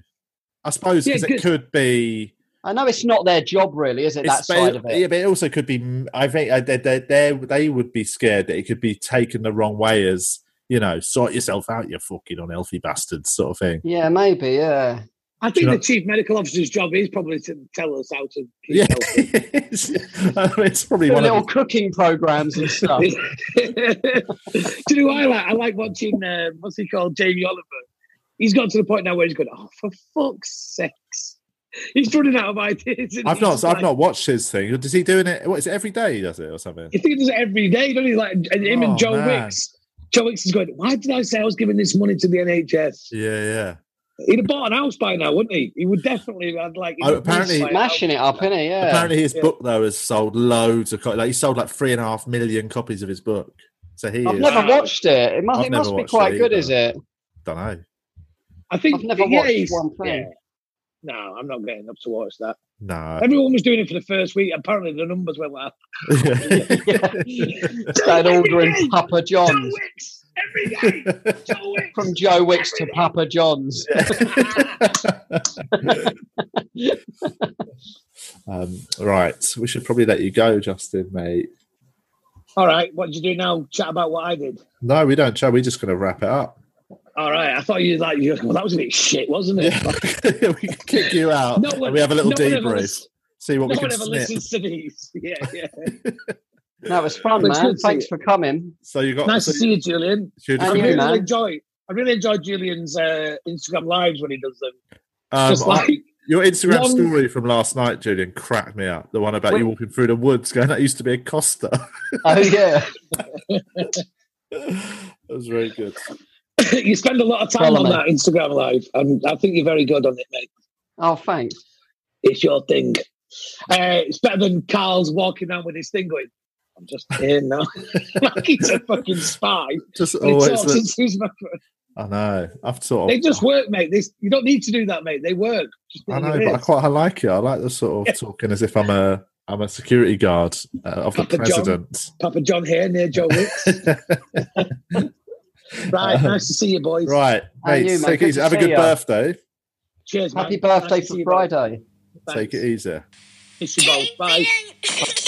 Speaker 2: I suppose
Speaker 4: Yeah,
Speaker 2: because it
Speaker 4: good.
Speaker 2: could be
Speaker 1: I know it's not their job, really, is it? That
Speaker 2: It's- but
Speaker 1: side of it.
Speaker 2: Yeah, but it also could be. m- I think uh, they they they they would be scared that it could be taken the wrong way as you know, sort yourself out, you fucking unhealthy bastards, sort of thing.
Speaker 1: Yeah, maybe. Yeah.
Speaker 4: I
Speaker 2: you
Speaker 4: think
Speaker 2: know-
Speaker 4: the chief medical officer's job is probably to tell us how to keep
Speaker 2: Yeah,
Speaker 4: healthy.
Speaker 2: it's, I mean, it's probably
Speaker 1: Do
Speaker 2: one
Speaker 1: little
Speaker 2: of.
Speaker 1: cooking programs and stuff.
Speaker 4: Do you know what I like? I like watching uh, what's he called, Jamie Oliver. He's got to the point now where he's going, oh for fuck's sakes, he's running out of ideas. and
Speaker 2: I've
Speaker 4: he's
Speaker 2: not.
Speaker 4: just
Speaker 2: I've
Speaker 4: like-
Speaker 2: not watched his thing. Does he doing it? What is it every day? He does it or something?
Speaker 4: He thinks it every day, don't he? Like and him
Speaker 2: Oh,
Speaker 4: and Joe
Speaker 2: man.
Speaker 4: Wicks. Joe Wicks is going. Why did I say I was giving this money to the NHS?
Speaker 2: Yeah, yeah.
Speaker 4: He'd have bought an house by now, wouldn't he? He would definitely have had like.
Speaker 2: Oh, apparently-
Speaker 1: Smashing it up, innit? Yeah.
Speaker 2: Apparently, his
Speaker 4: Yeah.
Speaker 2: book though has sold loads of. Co- like he sold like three and a half million copies of his book. So he.
Speaker 1: I've
Speaker 2: is,
Speaker 1: never
Speaker 4: Wow.
Speaker 1: watched it. It must,
Speaker 2: I've
Speaker 1: it
Speaker 2: never
Speaker 1: must be
Speaker 2: watched
Speaker 1: quite
Speaker 2: it
Speaker 1: good,
Speaker 2: either.
Speaker 1: is it?
Speaker 2: don't know.
Speaker 4: I think
Speaker 1: I've never
Speaker 4: yeah,
Speaker 1: watched
Speaker 4: he's-
Speaker 1: one thing.
Speaker 4: yeah. No, I'm not getting up to watch that.
Speaker 2: No.
Speaker 4: Everyone was doing it for the first week. Apparently, the numbers went like
Speaker 1: Started
Speaker 4: Every
Speaker 1: ordering
Speaker 4: day,
Speaker 1: Papa
Speaker 4: Joe
Speaker 1: John's
Speaker 4: Wicks every day. Joe Wicks.
Speaker 1: from Joe Wicks to Papa John's.
Speaker 2: um, right, we should probably let you go, Justin, mate.
Speaker 4: All right, what did you do now? Chat about what I did.
Speaker 2: No, we don't, Joe. We're just going to wrap it up.
Speaker 4: All right, I thought you was like you. Well, that was a bit shit, wasn't it?
Speaker 2: we can kick you out.
Speaker 4: No one-
Speaker 2: and we have a little
Speaker 4: no one ever
Speaker 2: debrief.
Speaker 4: lis-
Speaker 2: See what
Speaker 4: No
Speaker 2: we can
Speaker 4: one ever
Speaker 2: snip.
Speaker 4: listens to these. Yeah, yeah.
Speaker 1: That was fun,
Speaker 4: Looks
Speaker 1: man.
Speaker 4: good to
Speaker 1: Thanks
Speaker 4: you.
Speaker 1: for coming.
Speaker 2: So you got.
Speaker 4: nice
Speaker 2: so
Speaker 4: to see you, Julian.
Speaker 2: you- should we
Speaker 4: I
Speaker 2: just-
Speaker 1: you,
Speaker 4: really
Speaker 1: man.
Speaker 4: enjoy. I really enjoy Julian's uh, Instagram lives when he does them.
Speaker 2: um,
Speaker 4: Just like
Speaker 2: your Instagram
Speaker 4: long-
Speaker 2: story from last night, Julian, cracked me up. The one about you
Speaker 1: Wait.
Speaker 2: walking through the woods, going, "That used to be a Costa."
Speaker 1: Oh yeah,
Speaker 2: that was very good.
Speaker 4: you spend a lot of time
Speaker 1: Follow
Speaker 4: on
Speaker 1: me.
Speaker 4: that Instagram live, and I think you're very good on it, mate.
Speaker 1: oh thanks.
Speaker 4: It's your thing. Uh, it's better than Carl's walking around with his thing going. I'm just here now, like he's a fucking spy.
Speaker 2: Just
Speaker 4: He
Speaker 2: always.
Speaker 4: talks
Speaker 2: Look,
Speaker 4: into his microphone.
Speaker 2: I know. I've sort
Speaker 4: They
Speaker 2: of.
Speaker 4: just work, mate. They, you don't need to do that, mate. They work. Just
Speaker 2: I
Speaker 4: leave
Speaker 2: know,
Speaker 4: it
Speaker 2: but I
Speaker 4: is.
Speaker 2: quite I like it. I like the sort of talking as if I'm a I'm a security guard uh, of the
Speaker 4: Papa John.
Speaker 2: president.
Speaker 4: Papa John here near Joe Wicks. right,
Speaker 2: Um,
Speaker 4: nice to see you, boys.
Speaker 2: Right,
Speaker 1: And
Speaker 2: mate.
Speaker 1: you, mate.
Speaker 2: Take
Speaker 1: Good
Speaker 2: it easy.
Speaker 1: to
Speaker 2: Have a
Speaker 1: see
Speaker 2: good
Speaker 1: ya.
Speaker 2: birthday.
Speaker 4: Cheers, man.
Speaker 1: Happy
Speaker 4: Nice
Speaker 1: birthday
Speaker 4: to see
Speaker 1: for
Speaker 4: you both.
Speaker 1: Friday.
Speaker 4: Thanks.
Speaker 2: Take it easy.
Speaker 4: Miss you
Speaker 3: Two
Speaker 4: both. Bye.
Speaker 3: vegan.